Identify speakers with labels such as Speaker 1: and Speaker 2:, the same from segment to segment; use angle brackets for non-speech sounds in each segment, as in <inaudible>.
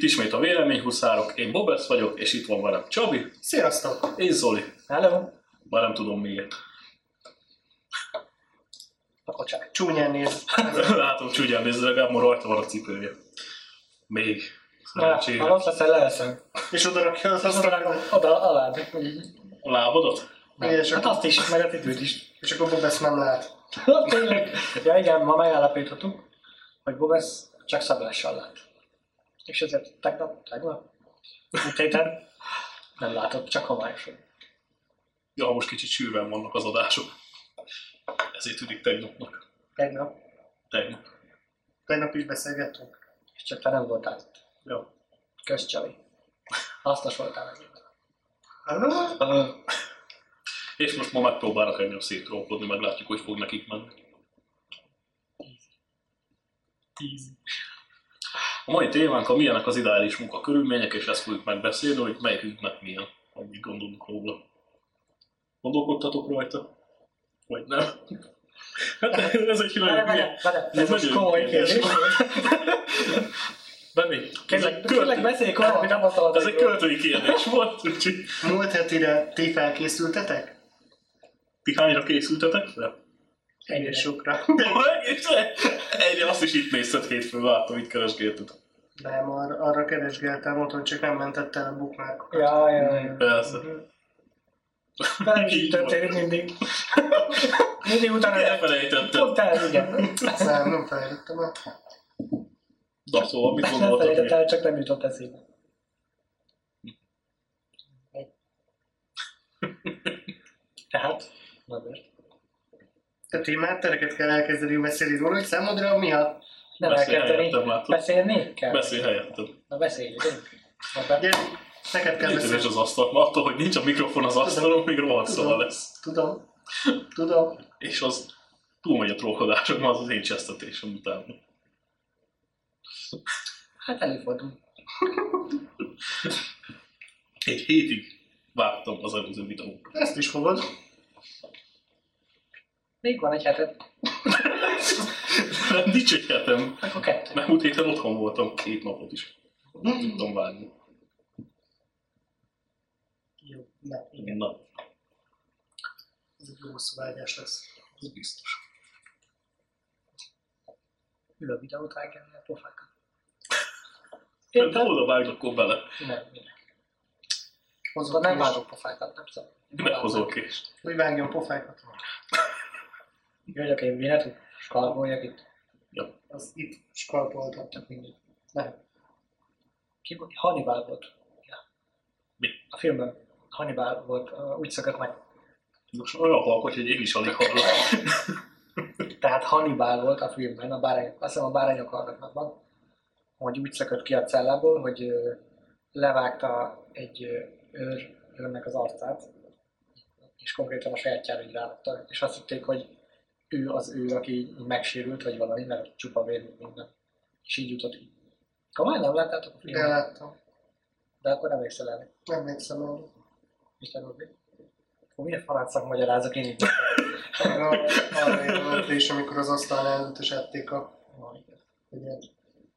Speaker 1: Ismét a véleményhuszárok, én Bobesz vagyok, és itt van velem Csabi,
Speaker 2: Sziasztok!
Speaker 1: és Zoli.
Speaker 2: Hello!
Speaker 1: Már nem tudom miért. <laughs>
Speaker 2: A kocsák csúnyán néz.
Speaker 1: Látom csúgyán nézni, legalább ma rajta van a cipője. Még.
Speaker 3: Ha
Speaker 1: Szerencsére.
Speaker 3: rossz leszel, leeszem.
Speaker 2: És oda rakja az
Speaker 3: Azt
Speaker 2: asztalra.
Speaker 3: rakom oda alá.
Speaker 1: A lábadat?
Speaker 2: És
Speaker 3: Hát
Speaker 2: akkor-
Speaker 3: azt is, meg a titőt is.
Speaker 2: És akkor Bob ezt nem lát.
Speaker 3: Tényleg. Ja igen, ma megállapítottuk, hogy Bobesz csak szabással lát. És ezért tegnap, tegnap, múlt héten nem látott, csak homályosan.
Speaker 1: Ja, most kicsit sűrűen vannak az adások. Ezért tűnik tegnapnak.
Speaker 3: Tegnap,
Speaker 1: Tegnap.
Speaker 2: Tegnap is beszélgettünk.
Speaker 3: és csak te nem voltál itt.
Speaker 1: Ja.
Speaker 3: Kösz Csavi. Hasznos voltál megint.
Speaker 2: Hello?
Speaker 1: És most ma megpróbálnak engem szétrókodni, meglátjuk, hogy fog nekik menni.
Speaker 3: Tíz.
Speaker 1: A mai témánk a milyenek az ideális munkakörülmények, és ezt fogjuk megbeszélni, hogy melyikünknek milyen, amit gondolunk róla. Gondolkodtatok rajta? Vagy nem? Hát ez egy
Speaker 3: Várj,
Speaker 1: külön
Speaker 3: várj, várj, ez most
Speaker 1: Nagyon
Speaker 3: komoly
Speaker 1: érdekes.
Speaker 3: kérdés.
Speaker 1: Benni,
Speaker 3: Kérlek, kérlek beszélj korábbi
Speaker 1: Ez egy
Speaker 3: tapasztalatokról.
Speaker 1: költői kérdés volt, úgyhogy
Speaker 2: Múlt hetire ti felkészültetek?
Speaker 1: ti hányra készültetek fel?
Speaker 2: Egyre sokra. <laughs>
Speaker 1: És Egyre azt is itt nézted hétfőn, láttam, itt keresgélted.
Speaker 2: Nem, ar- arra keresgéltem otthon, csak nem mentett el a bookmarkokat.
Speaker 3: Ja, ja, ja.
Speaker 1: Persze.
Speaker 3: Nem is így
Speaker 1: <laughs> Így van.
Speaker 3: történik mindig. mindig utána
Speaker 1: Elfelejtetted.
Speaker 3: Pont el, igen.
Speaker 2: Nem, nem felejtettem el.
Speaker 1: Na szóval, mit
Speaker 3: Nem
Speaker 1: gondoltak?
Speaker 3: felejtett
Speaker 1: még?
Speaker 3: el, csak nem jutott eszébe. Tehát, na miért?
Speaker 2: A témát, tereket kell elkezdeni beszélni róla, hogy számodra mi a...
Speaker 3: Nem
Speaker 1: Beszélj
Speaker 3: elkezdeni.
Speaker 1: helyettem, látod?
Speaker 3: Beszélni kell.
Speaker 1: Beszélj helyettem.
Speaker 3: Na beszéljünk. Na, be-
Speaker 2: Ugye, neked kell
Speaker 1: Nézd
Speaker 2: beszélni.
Speaker 1: az asztalt, mert attól, hogy nincs a mikrofon az asztalon, még rohadt szóval lesz.
Speaker 2: Tudom. Tudom.
Speaker 1: És az túlmegy a trollkodásom, az az én csesztetésem után.
Speaker 3: Hát előfordul.
Speaker 1: Egy hétig vágtam az előző videót. <laughs>
Speaker 2: Ezt is fogod.
Speaker 3: Még van egy heted,
Speaker 1: Nincs egy hetem.
Speaker 3: akkor kettő.
Speaker 1: Mert múlt héten otthon voltam két napot is. Nem
Speaker 3: Hmm.
Speaker 1: tudtam vágni.
Speaker 2: Jó, ne, igen.
Speaker 1: Na,
Speaker 2: Ez egy jó szobágyás lesz.
Speaker 1: ez biztos.
Speaker 3: Ül a videót vágni a pofákat.
Speaker 1: Én de oda vágnak, akkor bele.
Speaker 3: Nem, minek.
Speaker 2: Hozok
Speaker 3: Nem
Speaker 2: kést.
Speaker 3: vágok pofákat, nem szabad.
Speaker 1: Meghozol kést.
Speaker 2: Hogy vágjon pofákat?
Speaker 3: Jöjjök én véletlenül, skalboljak itt.
Speaker 1: Ja.
Speaker 2: Az itt skalpolta.
Speaker 3: Csak mindig.
Speaker 2: Ne.
Speaker 3: Ki volt? Hannibal volt. Ja.
Speaker 1: Mi?
Speaker 3: A filmben Hannibal volt, ö, úgy szökött meg.
Speaker 1: Most olyan halk, hogy én is alig
Speaker 3: <laughs>
Speaker 1: hallom.
Speaker 3: Tehát Hannibal volt a filmben, a bárányok, azt hiszem a bárányok hallgatnak van, hogy úgy szökött ki a cellából, hogy ö, levágta egy ö, őr, őrnek az arcát, és konkrétan a sajátjára így ráadta, és azt hitték, hogy ő az ő, aki így megsérült, vagy valami, mert csupa vér meg minden. És így jutott ki. Komolyan nem láttátok a
Speaker 2: De
Speaker 3: filmet?
Speaker 2: láttam.
Speaker 3: De akkor nem emlékszel el.
Speaker 2: Nem emlékszem el.
Speaker 3: Isten úr, akkor milyen farát szakmagyarázok én így?
Speaker 2: Arra, arra jelentő is, amikor az asztalnál előtt is ették a
Speaker 3: Na, igen.
Speaker 2: ugye,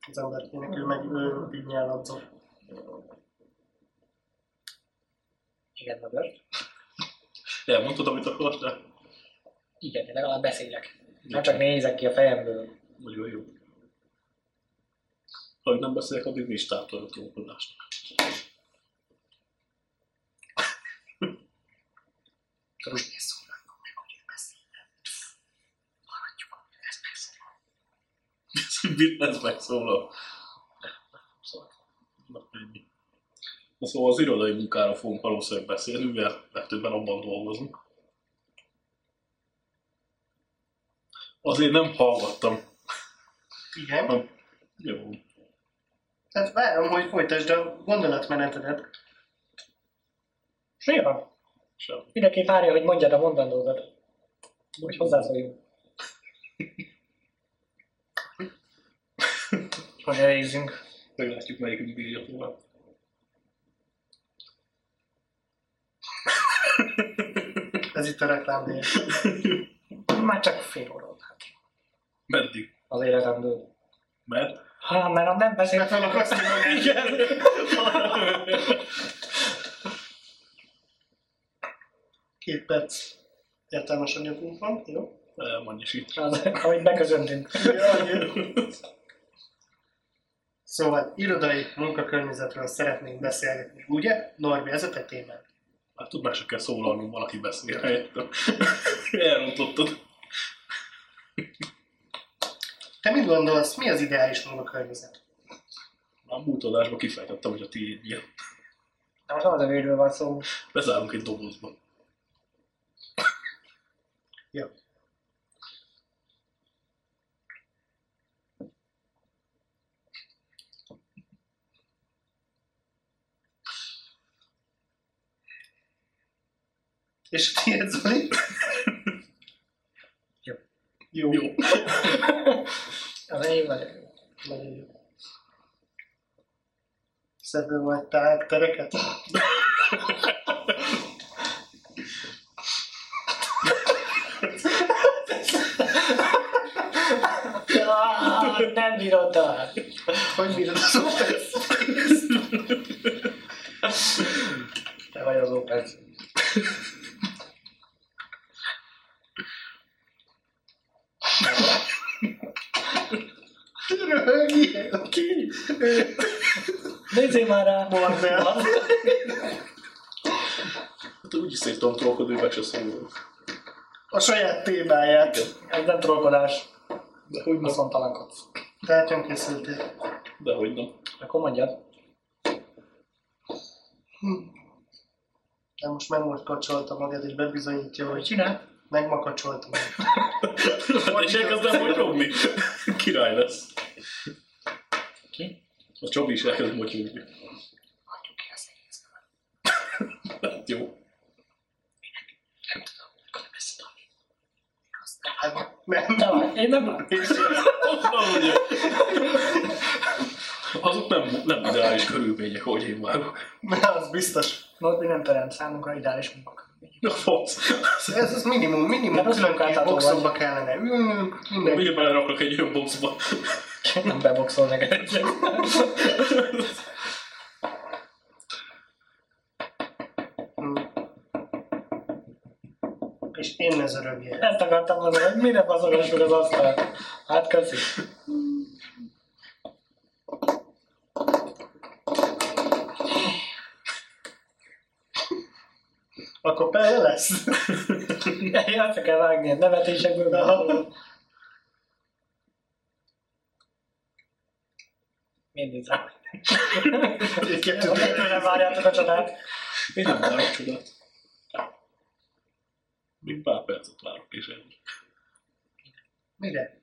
Speaker 2: az emberkének, ő meg ő így nyáladzott.
Speaker 3: Igen, Robert.
Speaker 1: Elmondtad, amit akartál?
Speaker 3: Igen, én legalább beszélek. Nem csak nézek ki a fejemből.
Speaker 1: Nagyon jó. Ha én nem beszélek, addig nincs táptal a trókodásnak. Ez <laughs> mit lesz megszólal?
Speaker 3: Szóval.
Speaker 1: Na, ennyi. Na, Szóval az irodai munkára fogunk valószínűleg beszélni, mert legtöbben abban dolgozunk. Azért nem hallgattam.
Speaker 2: Igen.
Speaker 1: Nem. Jó.
Speaker 2: Tehát várom, hogy folytasd a gondolatmenetedet.
Speaker 3: Mi van?
Speaker 1: Sem.
Speaker 3: Mindenki várja, hogy mondjad a mondandódat. Hogy hozzászóljunk. <laughs> hogy elégzünk.
Speaker 1: Meglátjuk, melyikünk bírja tovább.
Speaker 2: Ez itt a reklám helye.
Speaker 3: Már csak fél óra után.
Speaker 1: Meddig?
Speaker 3: Az életemből.
Speaker 1: Mert? <laughs>
Speaker 3: Ha, mert ha nem beszélek
Speaker 2: Mert Hát nem akarsz kimondani.
Speaker 3: Igen.
Speaker 2: értelmes anyagunk van, jó?
Speaker 1: Eh, Mondj is itt.
Speaker 3: Az, amit beközöntünk.
Speaker 2: Jaj, Szóval irodai munkakörnyezetről szeretnénk beszélgetni, ugye? Norbi, ez a te témád.
Speaker 1: Hát tud, meg se kell szólalnom, valaki beszél helyettem. <laughs> Elrontottad.
Speaker 2: Te mit gondolsz, mi az ideális munkakörnyezet?
Speaker 1: Már múlt adásban kifejtettem, hogy a tiéd ilyen.
Speaker 3: De most nem az a védről van szó.
Speaker 1: Bezárunk egy dobozba.
Speaker 2: Ja. És a tiéd, Zoli?
Speaker 3: Jó.
Speaker 2: Jó.
Speaker 1: Jó.
Speaker 3: Az enyém nagyon jó.
Speaker 2: Nagyon jó. Szedve majd tág tereket?
Speaker 3: Ah, nem bírod tovább.
Speaker 2: Hogy bírod az ópersz?
Speaker 3: Te vagy az Opec.
Speaker 2: Röhögjél, ki?
Speaker 3: Nézzél már rá!
Speaker 2: Marvel.
Speaker 1: Hát úgyis szét tudom trollkodni, meg se szólok.
Speaker 2: A saját témáját.
Speaker 3: Ez nem trollkodás.
Speaker 1: De hogy nem.
Speaker 3: Haszontalankodsz.
Speaker 2: Tehát nem készültél.
Speaker 1: De hogy nem.
Speaker 3: Akkor mondjad.
Speaker 2: De most megmakacsolta magad, és bebizonyítja, hogy
Speaker 3: Csinál.
Speaker 2: megmakacsolta magad.
Speaker 1: És elkezdem motyogni. <laughs> Király lesz.
Speaker 3: Ki?
Speaker 1: A Csabi is elkezd motyogni.
Speaker 3: Hagyjuk ki az egész.
Speaker 1: Hát jó.
Speaker 3: Nem tudom, akkor ezt tudom.
Speaker 2: Hát nem.
Speaker 3: Te én nem
Speaker 1: Na, ugye. Azok nem, nem ideális körülmények, hogy én vágok.
Speaker 2: Mert az biztos.
Speaker 3: Norbi nem teremt számunkra ideális munkakörülmények.
Speaker 1: Na, fasz.
Speaker 2: Ez az minimum, minimum.
Speaker 3: Nem az
Speaker 2: Különböző
Speaker 3: munkáltató
Speaker 2: boxokba kellene ülnünk, mindenki.
Speaker 1: Mire beleraknak egy olyan boxba?
Speaker 3: <laughs> Nem beboxol neked egyszer.
Speaker 2: Hm. És én ez örömjél.
Speaker 3: Ezt akartam mondani, hogy mire baszogassuk az asztalt. Hát köszi.
Speaker 2: Akkor pele lesz.
Speaker 3: Én Azt kell vágni, a nevetésekből.
Speaker 2: Aha.
Speaker 3: Mindig rá.
Speaker 2: Egy kettő
Speaker 3: Ha tőlem várjátok a csodát.
Speaker 1: Én nem várok csodát. Még pár percet várok, és ennyi.
Speaker 2: Mire?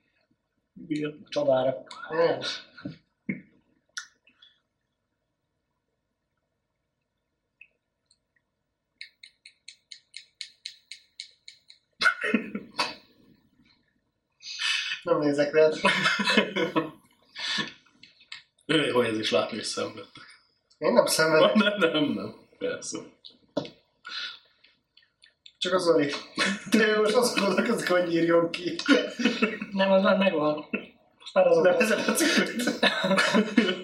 Speaker 1: Miért?
Speaker 3: Csodára.
Speaker 2: Nem. Nem nézek rád.
Speaker 1: Jaj, hogy ez is látni, és szenvedtek.
Speaker 2: Én nem szenvedek,
Speaker 1: Nem, nem, nem. Persze.
Speaker 2: csak az Oli. Ő most azt gondolkozik, hogy írjon ki.
Speaker 3: Nem, az már megvan. Most már azon
Speaker 2: Nem ezen a ciklet.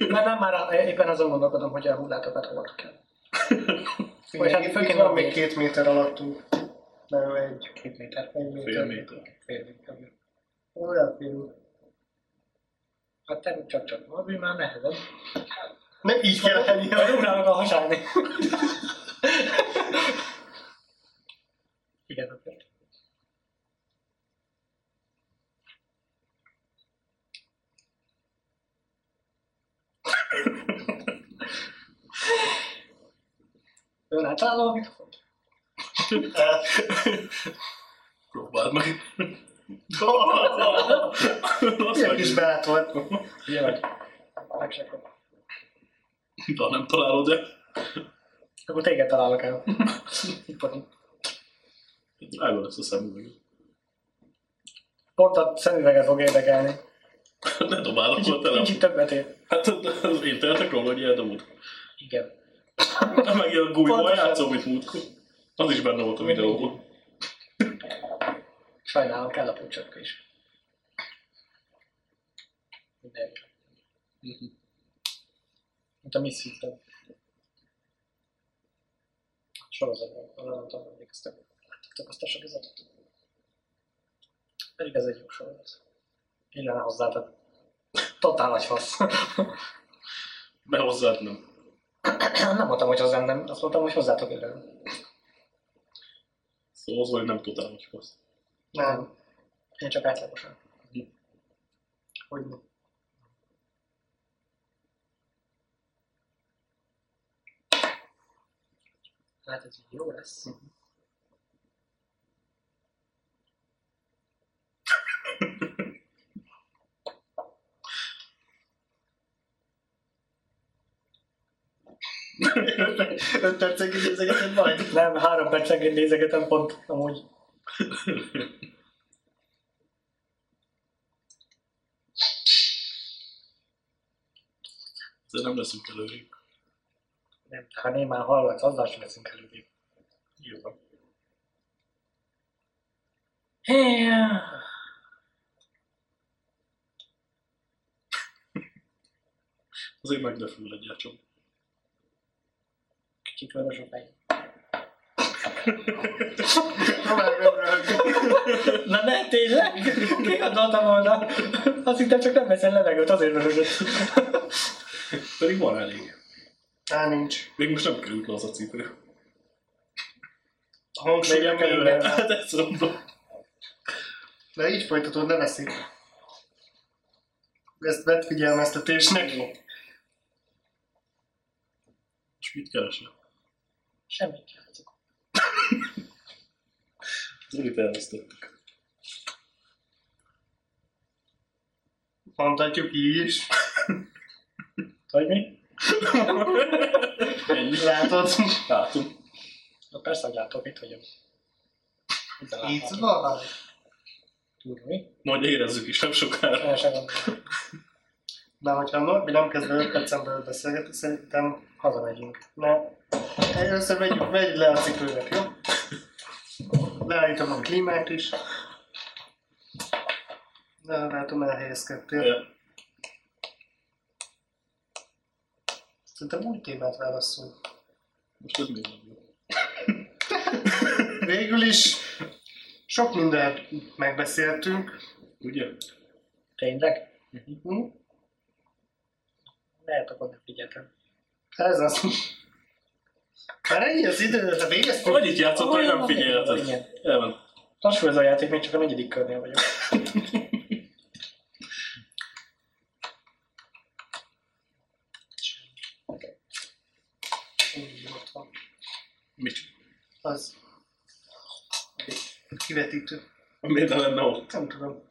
Speaker 3: Mert nem már éppen azon gondolkodom, hogy a hullátokat hova kell. Vagy hát
Speaker 2: Itt
Speaker 3: főként
Speaker 2: van
Speaker 3: van
Speaker 2: még
Speaker 3: még.
Speaker 2: két méter alattunk. Nem, egy,
Speaker 3: Két méter.
Speaker 2: egy
Speaker 1: Fél
Speaker 2: méter.
Speaker 1: méter.
Speaker 3: Fél méter.
Speaker 2: Olyan film.
Speaker 3: Hát te csak csak valami már nehezebb.
Speaker 2: Nem így kell lenni.
Speaker 3: A rúgnának a hasáni. Igen, akkor. Ön általában a mikrofont?
Speaker 1: Próbáld meg. Azt
Speaker 2: Ilyen kis
Speaker 1: meg
Speaker 2: beátolt.
Speaker 3: Ugye vagy? Meg se kapom.
Speaker 1: De ha nem találod el,
Speaker 3: Akkor téged találok el. Ipari.
Speaker 1: drága lesz a szemüveg.
Speaker 3: Pont a szemüveget fog érdekelni.
Speaker 1: Ne dobálok a telefon.
Speaker 3: Kicsit többet ér.
Speaker 1: Hát az internetek róla, hogy eldobod.
Speaker 3: Igen.
Speaker 1: Na meg a gulyval
Speaker 3: Pontosan.
Speaker 1: játszom, mint múltkor. Az is benne volt a
Speaker 3: Mindig.
Speaker 1: videóban.
Speaker 3: Sajnálom, kell a pucsapka is. Mindegy. Mint a Misfits-ben. Sorozatban, arra nem tudom, emlékeztek. Láttátok azt a sorozatot? Pedig ez egy jó sorozat. Illene hozzá, tehát totál nagy fasz.
Speaker 1: Be hozzád nem.
Speaker 3: nem mondtam, hogy hozzám nem, azt mondtam, hogy hozzátok illene.
Speaker 1: Szóval az, hogy nem tudál, hogy fasz.
Speaker 3: Nem. Én csak átlagosan.
Speaker 1: Mhm.
Speaker 3: Hogy nem. Hát ez így jó lesz.
Speaker 2: Öt percig így nézegeted majd?
Speaker 3: Nem, három percenként nézegetem pont amúgy.
Speaker 1: Ezért nem leszünk előrébb.
Speaker 3: Nem, ha némán hallgatsz, azzal sem leszünk előbb.
Speaker 1: Jó.
Speaker 3: Hey,
Speaker 1: Azért meg ne fül legyél csak.
Speaker 3: Kicsit vörös a fej.
Speaker 2: Próbálj meg röhögni.
Speaker 3: Na ne, tényleg? Ki gondolta volna? Azt hittem csak nem veszel levegőt, azért vörösöd.
Speaker 1: Pedig van elég.
Speaker 2: Á, nincs.
Speaker 1: Még most nem került le az a cipő.
Speaker 2: A hangsúly
Speaker 3: Legyen
Speaker 2: a
Speaker 3: belőle.
Speaker 2: kenyérre.
Speaker 1: Hát ezt mondom.
Speaker 2: De így folytatod, ne veszik. Ezt vett figyelmeztetésnek.
Speaker 1: És mit keresne?
Speaker 3: Semmit játszok.
Speaker 1: Zulit elvesztettük.
Speaker 2: Mondhatjuk így is.
Speaker 3: Vagy mi?
Speaker 1: Ennyi.
Speaker 2: Látod?
Speaker 1: Látom.
Speaker 3: Na persze, hogy látok, itt vagyok. Itt
Speaker 2: Itt
Speaker 3: láthatom.
Speaker 2: van.
Speaker 3: Tudom, mi?
Speaker 1: Majd érezzük is nem sokára.
Speaker 3: El sem gondolom.
Speaker 2: De hogyha a Norbi nem kezd vele 5 percen belül beszélgetni, szerintem
Speaker 3: Hazamegyünk.
Speaker 2: ne. Először vegyük, vegyük le a cipődet, jó? Leállítom a klímát is. De látom elhelyezkedtél.
Speaker 1: Ja.
Speaker 2: Szerintem új témát válaszol.
Speaker 1: Most ez még nem jó.
Speaker 2: Végül is sok mindent megbeszéltünk.
Speaker 1: Ugye?
Speaker 3: Tényleg?
Speaker 2: Hm?
Speaker 3: Lehet, akkor nem figyeltem.
Speaker 2: Ez az. Már ennyi az idő, ha végeztünk.
Speaker 1: Vagy itt játszott, vagy Hát szóval nem figyelted.
Speaker 3: Igen.
Speaker 1: Elment.
Speaker 3: Lassú ez a játék, még csak a negyedik körnél vagyok.
Speaker 2: Úgy, ott van.
Speaker 1: Mit?
Speaker 2: Az. Kivetítő.
Speaker 1: Miért nem lenne ott?
Speaker 2: Nem tudom.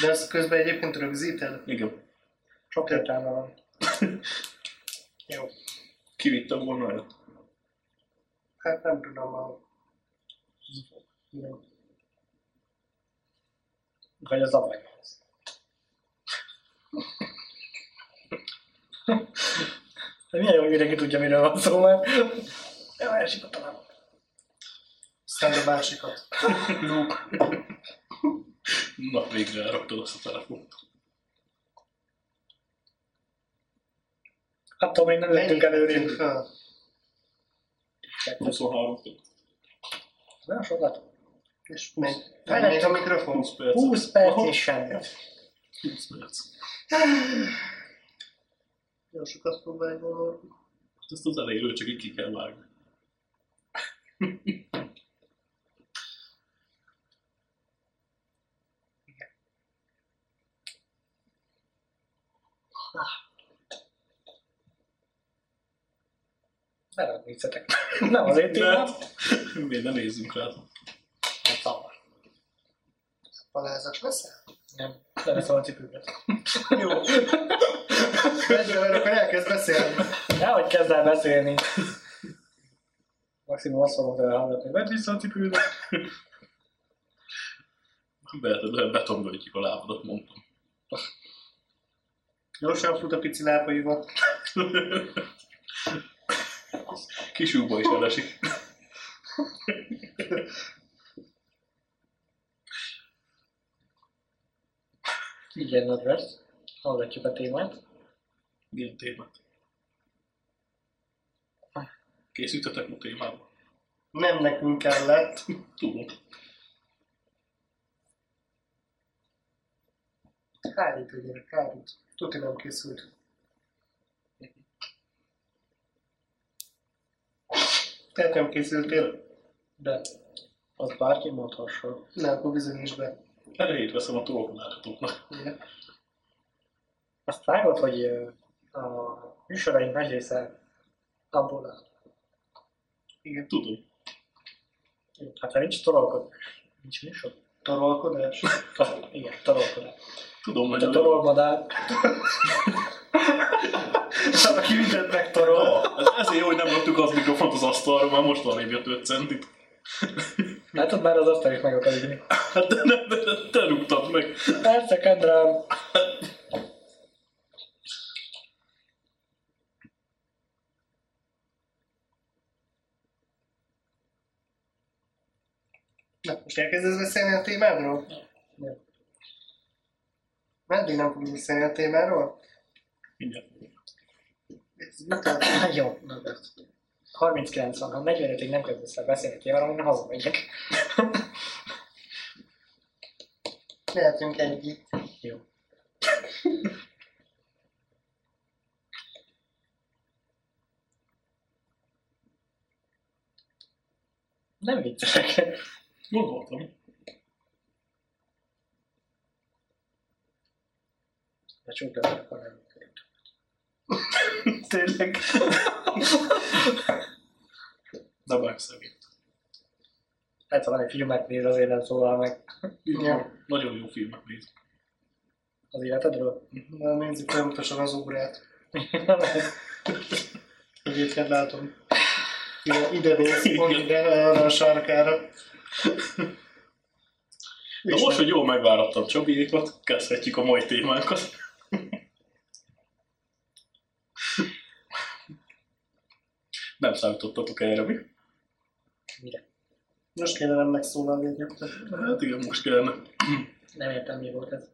Speaker 2: De azt közben egyébként rögzíted.
Speaker 1: Igen.
Speaker 3: Sok értelme van. Jó.
Speaker 1: Kivittem volna el.
Speaker 2: Hát nem tudom. A...
Speaker 3: Jó. Vagy az ablakhoz. De milyen jó, hogy mindenki tudja, miről van szó, mert jó, esik a talán.
Speaker 2: Aztán a másikat. Luke.
Speaker 1: Na, végre elraktad azt a telefont.
Speaker 3: Attól még nem lettünk előrébb.
Speaker 2: Ha,
Speaker 1: 23 perc.
Speaker 3: Nagyon sokat.
Speaker 2: És menj.
Speaker 3: Felejtsd
Speaker 2: Menj a mikrofon.
Speaker 1: 20 perc.
Speaker 3: 20 perc és semmi.
Speaker 1: 20 perc.
Speaker 2: Jó sokat próbálj volna.
Speaker 1: Hát Ezt az elejéről csak így ki kell vágni.
Speaker 3: Ne rám viccetek. Nem azért tényleg.
Speaker 1: <laughs> Miért ne nézzünk rá?
Speaker 3: Nem szavar.
Speaker 2: Palázas leszel?
Speaker 3: Nem. Leveszem a cipőket.
Speaker 2: Jó. Menj, mert akkor elkezd beszélni.
Speaker 3: Nehogy kezd el beszélni. Maximum azt fogom tőle hallgatni. Vedd vissza a cipődet.
Speaker 1: Be- Betonba ütjük a lábadat, mondtam.
Speaker 2: Gyorsan fut a pici lábaival.
Speaker 1: Kis lyukba is elesik.
Speaker 3: Igen, Norbert. Hallgatjuk a témát.
Speaker 1: Milyen témát? Készítetek a <laughs> témába?
Speaker 2: Nem nekünk kellett.
Speaker 1: Tudom.
Speaker 2: Hárít, ugye, hárít. Tudja, nem készült. Tehát nem készültél?
Speaker 3: De az bárki mondhassa.
Speaker 2: Na, akkor bizonyíts be.
Speaker 1: Elejét veszem a trollkodásoknak.
Speaker 2: Ugye?
Speaker 3: Azt vágod, hogy ö, a műsoraink nagy része abból áll.
Speaker 2: Igen.
Speaker 1: Tudom.
Speaker 3: Jó, Hát ha nincs torolkodás, nincs műsor.
Speaker 2: <laughs> Tarolkodás?
Speaker 3: Ta- Igen, torolkodás.
Speaker 1: Tudom, hogy
Speaker 3: Te
Speaker 1: a
Speaker 3: torolmadál,
Speaker 2: Valaki mindent megtarol.
Speaker 1: Ah, ez ezért jó, hogy nem raktuk az mikrofont az asztalra, már most van jött 5 centit.
Speaker 3: látod már az asztal is meg akar ügyni.
Speaker 1: Hát de nem, de- de- te rúgtad meg.
Speaker 3: Persze, kedrem!
Speaker 2: Na, most elkezdesz beszélni a témáról?
Speaker 3: Nem.
Speaker 2: Meddig nem fogunk beszélni a témáról?
Speaker 1: Mindjárt.
Speaker 2: Ez mit tart?
Speaker 3: Jó, na de 39 van, ha 45-ig nem kezdesz el beszélni ki arra, én hazamegyek.
Speaker 2: Lehetünk egyik.
Speaker 3: Jó. Nem viccelek.
Speaker 1: Gondoltam.
Speaker 3: De csúgdalak, akkor nem.
Speaker 2: Tényleg.
Speaker 1: <laughs> De megszegít.
Speaker 3: Lehet, ha valami filmet néz, azért nem szólal meg
Speaker 2: Ja.
Speaker 1: Nagyon jó filmek néz.
Speaker 3: az életedről.
Speaker 2: Na, nézzük folyamatosan az órát. Egyébként látom. Ide, ide néz, pont ide, arra a sarkára.
Speaker 1: Na most, hogy jól megvárattam Csabiékat, kezdhetjük a mai témánkat. Nem számítottatok erre mi?
Speaker 3: Mire?
Speaker 2: Most kéne nem megszólalni egyébként.
Speaker 1: Hát igen, most kellene.
Speaker 3: Nem értem, mi volt ez.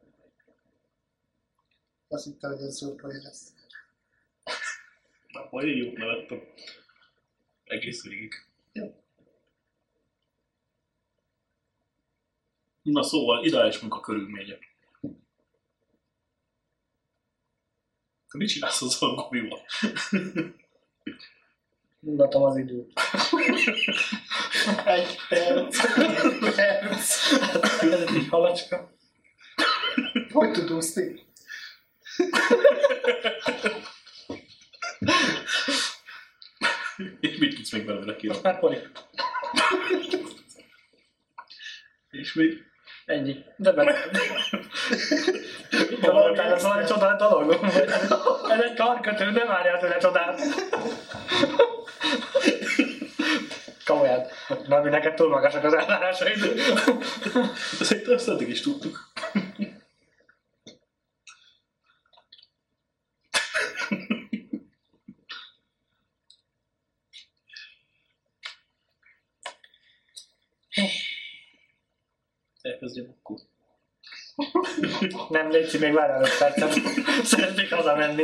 Speaker 2: Azt hittem, hogy ez szurkolé lesz.
Speaker 1: Na, majd én jót nevettem. Egész végig.
Speaker 2: Jó.
Speaker 1: Na szóval, ideális munkakörülmények. Te mit csinálsz az argomival?
Speaker 3: Mutatom az időt.
Speaker 2: Egy perc, egy perc.
Speaker 3: Ez egy halacska.
Speaker 2: Hogy tud úszni?
Speaker 1: <laughs> És mit tudsz még belőle kirakni?
Speaker 3: Már porik.
Speaker 1: És még?
Speaker 3: Ennyi. De be. Találtál, ez valami csodát dolog? Ez egy karkötő, nem várjál tőle csodát. Komolyan. Na, mi neked túl magasak az elvárásaid.
Speaker 1: Ezt ezt eddig is tudtuk. Elkezdjem akkor.
Speaker 3: Nem létszik, még várjál öt percet. Szeretnék hazamenni.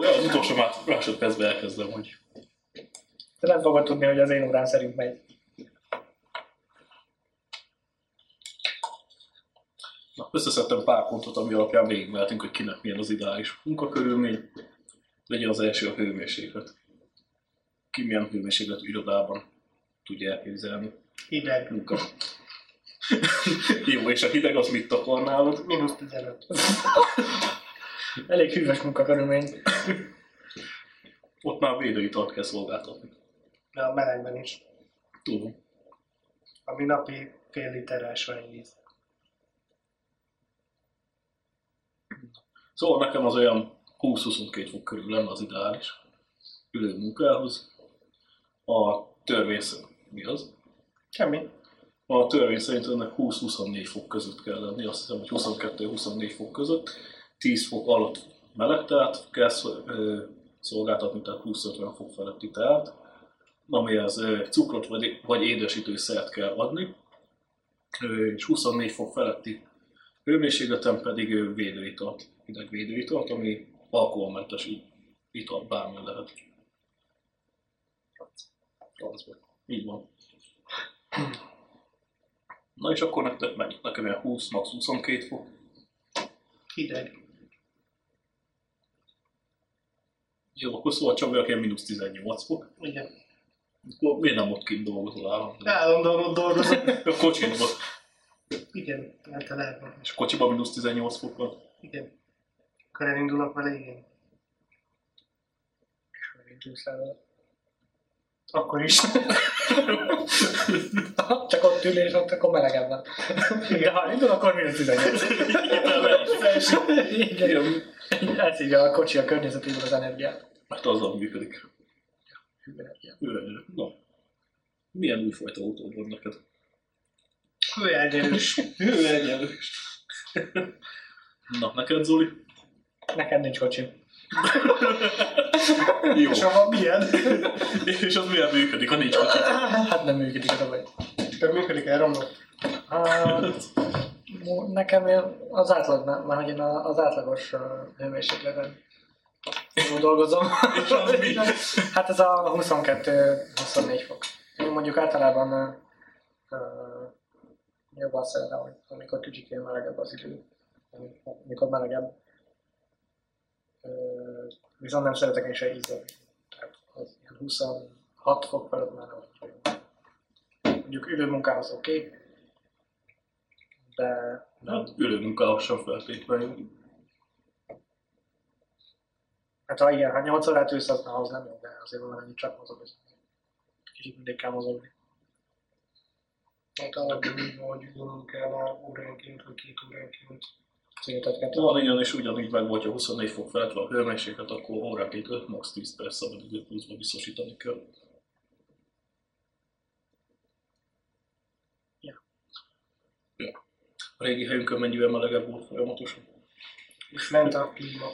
Speaker 1: De az utolsó más- másodpercben elkezdem, hogy
Speaker 3: Te nem fogod tudni, hogy az én órám szerint megy.
Speaker 1: Na, összeszedtem pár pontot, ami alapján végigmehetünk, hogy kinek milyen az ideális munkakörülmény. Legyen az első a hőmérséklet. Ki milyen hőmérséklet irodában tudja elképzelni
Speaker 2: Hideg.
Speaker 1: munka. <laughs> Jó, és a hideg az mit takar nálad?
Speaker 2: Mínusz 15.
Speaker 3: Elég hűvös munkakörülmény.
Speaker 1: Ott már védőitalt kell szolgáltatni.
Speaker 2: De a melegben is.
Speaker 1: Tudom.
Speaker 2: Ami napi fél liter ásványvíz.
Speaker 1: Szóval nekem az olyan 20-22 fok körül lenne az ideális ülő munkához. A törvény szerint, mi az?
Speaker 2: Semmi.
Speaker 1: A törvény szerint ennek 20-24 fok között kell lenni, azt hiszem, hogy 22-24 fok között, 10 fok alatt meleg, tehát kell szol- ö, szolgáltatni, tehát 20-50 fok feletti teát, amihez ö, cukrot vagy, vagy édesítőszert kell adni, ö, és 24 fok feletti hőmérsékleten pedig ö, védőitalt, hidegvédőitalt, ami alkoholmentes i- ital bármi lehet. Francba. Így van. Na és akkor nektek meg, nekem ilyen 20, max 22 fok
Speaker 2: Hideg.
Speaker 1: Jó, akkor szóval Csabiak ilyen mínusz 18 fok.
Speaker 2: Igen.
Speaker 1: Akkor miért nem ott kint dolgozol állam?
Speaker 2: Állandóan ott dolgozom.
Speaker 1: A kocsiban.
Speaker 2: Igen, általában.
Speaker 1: És kocsiban mínusz 18 fok van.
Speaker 2: Igen. Akkor elindulok vele, igen.
Speaker 3: És hogy indulsz el.
Speaker 2: Akkor is.
Speaker 3: Csak ott ül, és ott akkor melegebb van. De ha indul, akkor mínusz 18. Igen. Elszívja a kocsi a környezetéből az energiát.
Speaker 1: Mert hát azzal működik.
Speaker 3: Hőenergiát.
Speaker 1: Őre, Na. Milyen újfajta autód van neked?
Speaker 2: Hőelnyelős.
Speaker 1: Hőelnyelős. Na, neked Zoli?
Speaker 3: Nekem nincs kocsim.
Speaker 1: Jó.
Speaker 2: És abban milyen?
Speaker 1: És az milyen működik, ha nincs kocsi?
Speaker 3: Hát nem működik a dobaj.
Speaker 2: Több működik el, romlott.
Speaker 3: Hát, mo- nekem én az átlagnál, már hogy én a- az átlagos uh, hőmérsékleten jól dolgozom.
Speaker 1: <laughs> És az mi?
Speaker 3: hát ez a 22-24 fok. Én mondjuk általában ö, ö, jobban szeretem, hogy amikor kicsit ilyen melegebb az idő, amikor melegebb. Ö, viszont nem szeretek én se ízni. Tehát az ilyen 26 fok fölött már nem vagyok jó. Mondjuk ülő munkához oké, okay, de nem.
Speaker 1: Hát ülő munkához sem feltétlenül.
Speaker 3: Hát ha igen, ha 8 órát ülsz, az, az nem jó, de azért valami csak mozog, és kicsit mindig kell mozogni.
Speaker 2: Hát alapján hogy gondolunk el a óránként, vagy két óránként.
Speaker 3: Szigetet kell
Speaker 1: Van ilyen, és ugyanígy meg, hogyha 24 fok felett van a hőmérséklet, akkor óránként 5 max 10 perc szabad idő pluszba biztosítani kell.
Speaker 3: Ja.
Speaker 1: Ja. A régi helyünkön mennyivel melegebb volt folyamatosan?
Speaker 2: És ment a klíma.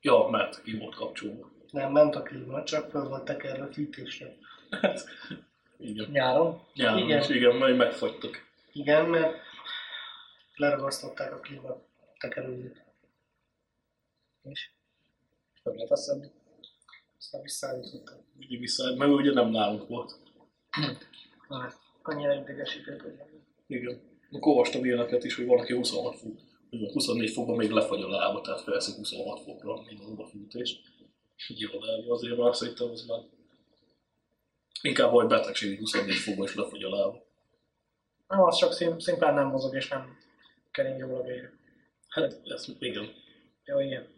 Speaker 1: Ja, mert ki volt kapcsolva.
Speaker 2: Nem, ment a klíma, csak föl volt tekerve a fűtésre.
Speaker 1: Hát, igen.
Speaker 3: Nyáron.
Speaker 1: Nyáron igen.
Speaker 2: Igen.
Speaker 1: Is, igen, majd megfagytak.
Speaker 2: Igen, mert leragasztották a klíma tekerőjét.
Speaker 3: És? Föl lehet azt szedni.
Speaker 2: Aztán visszaállították.
Speaker 1: Mindig vissza, mert ugye nem nálunk volt.
Speaker 3: hát, Annyira idegesítő, hogy
Speaker 1: Igen. Akkor olvastam ilyeneket is, hogy valaki 26 fok, 24 fokban még lefagy a lába, tehát felszik 26 fokra minimum a fűtést. Jó, de azért már szerintem az már inkább vagy betegségi 24 fokban is lefagy a lába.
Speaker 3: nem, az csak szim, szimplán nem mozog, és nem kering jól a vére.
Speaker 1: Hát, ez igen.
Speaker 3: Jó, igen.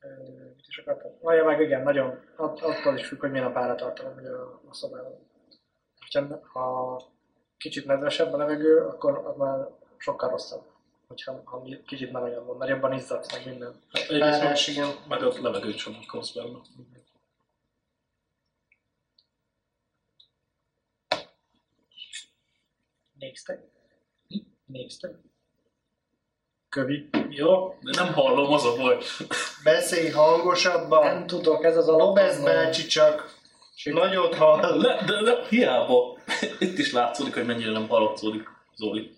Speaker 3: Ö, Mit is akartam? Várja meg, igen, nagyon. At- attól is függ, hogy milyen a páratartalom ugye a, a szobában. Ha, ha kicsit nedvesebb a levegő, akkor az már sokkal rosszabb. Hogyha ha mi- kicsit melegebb van, mert jobban izzadsz meg minden.
Speaker 1: Hát
Speaker 2: Párás,
Speaker 1: egyrészt
Speaker 2: igen.
Speaker 1: meg a levegőt sem kapsz benne.
Speaker 3: Néztek? Hm? Néztek? Kövi.
Speaker 1: Ja, de nem hallom, az a baj.
Speaker 2: Beszélj hangosabban!
Speaker 3: Nem tudok, ez az a
Speaker 2: Lobez bácsi csak nagyot hall.
Speaker 1: Le, de, de, hiába. Itt is látszódik, hogy mennyire nem hallatszódik Zoli.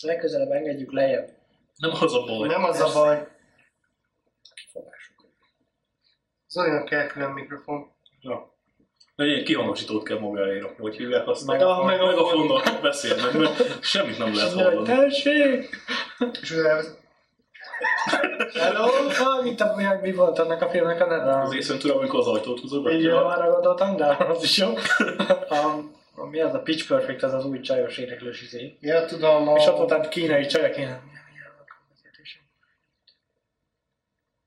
Speaker 3: Legközelebb engedjük lejjebb.
Speaker 1: Nem az a baj.
Speaker 2: Nem az a baj.
Speaker 3: Kifogásuk.
Speaker 2: Zolinak kell külön mikrofon.
Speaker 1: Ja. De ilyen kihangosítót kell magáéra, hogy hívják azt.
Speaker 3: Meg
Speaker 1: Meg
Speaker 3: a-
Speaker 1: a, meg a fonnal beszélnek, mert semmit nem lehet hallani.
Speaker 3: Tessék!
Speaker 2: És utána ez-
Speaker 3: Hello! Ah, mint a, mi, mi volt annak a filmnek a neve?
Speaker 1: Az észön tudom, amikor az ajtót húzod be.
Speaker 3: Így jól arra gondoltam, de az is jó. <laughs> A, a, mi az a Pitch Perfect, az az új csajos éneklős izé.
Speaker 2: Ja, tudom, a...
Speaker 3: És ott voltam kínai csajok, én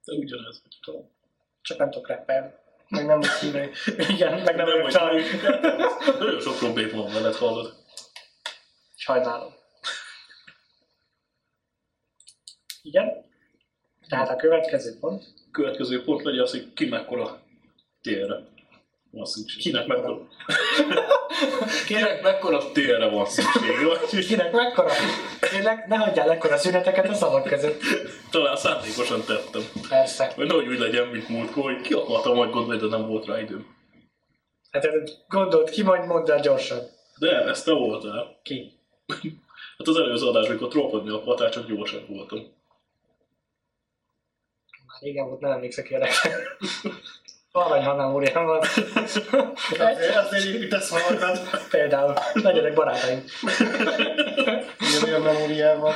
Speaker 1: De ugyanez. tudom.
Speaker 3: csak nem tudok rappelni. <laughs>
Speaker 2: Meg nem volt kínai.
Speaker 3: Igen, meg nem
Speaker 1: Nem
Speaker 3: vagyok
Speaker 1: vagy
Speaker 3: csaj.
Speaker 1: <laughs> Nagyon sok probléma van veled, hallod.
Speaker 3: Sajnálom. Igen? Tehát a következő pont.
Speaker 1: Következő pont legyen az, hogy ki mekkora térre van szükség. Kinek mekkora, <laughs> kinek mekkora térre van szükség. Vagy
Speaker 3: Kinek mekkora? Tényleg, ne hagyjál ekkora szüneteket a szavak között.
Speaker 1: Talán szándékosan tettem.
Speaker 3: Persze.
Speaker 1: Hogy nehogy úgy legyen, mint múltkor, hogy ki akartam majd gondolni, de nem volt rá időm.
Speaker 3: Hát gondolt ki, majd mondd el gyorsan.
Speaker 1: De ez te voltál.
Speaker 3: Ki?
Speaker 1: Hát az előző adás, amikor trollkodni akartál, csak gyorsabb voltam.
Speaker 3: Már régen volt, nem emlékszek ilyenekre. Arany halál órián van.
Speaker 2: Azért, azért építesz magad.
Speaker 3: Például, legyenek barátaim.
Speaker 2: Ugye olyan memóriával.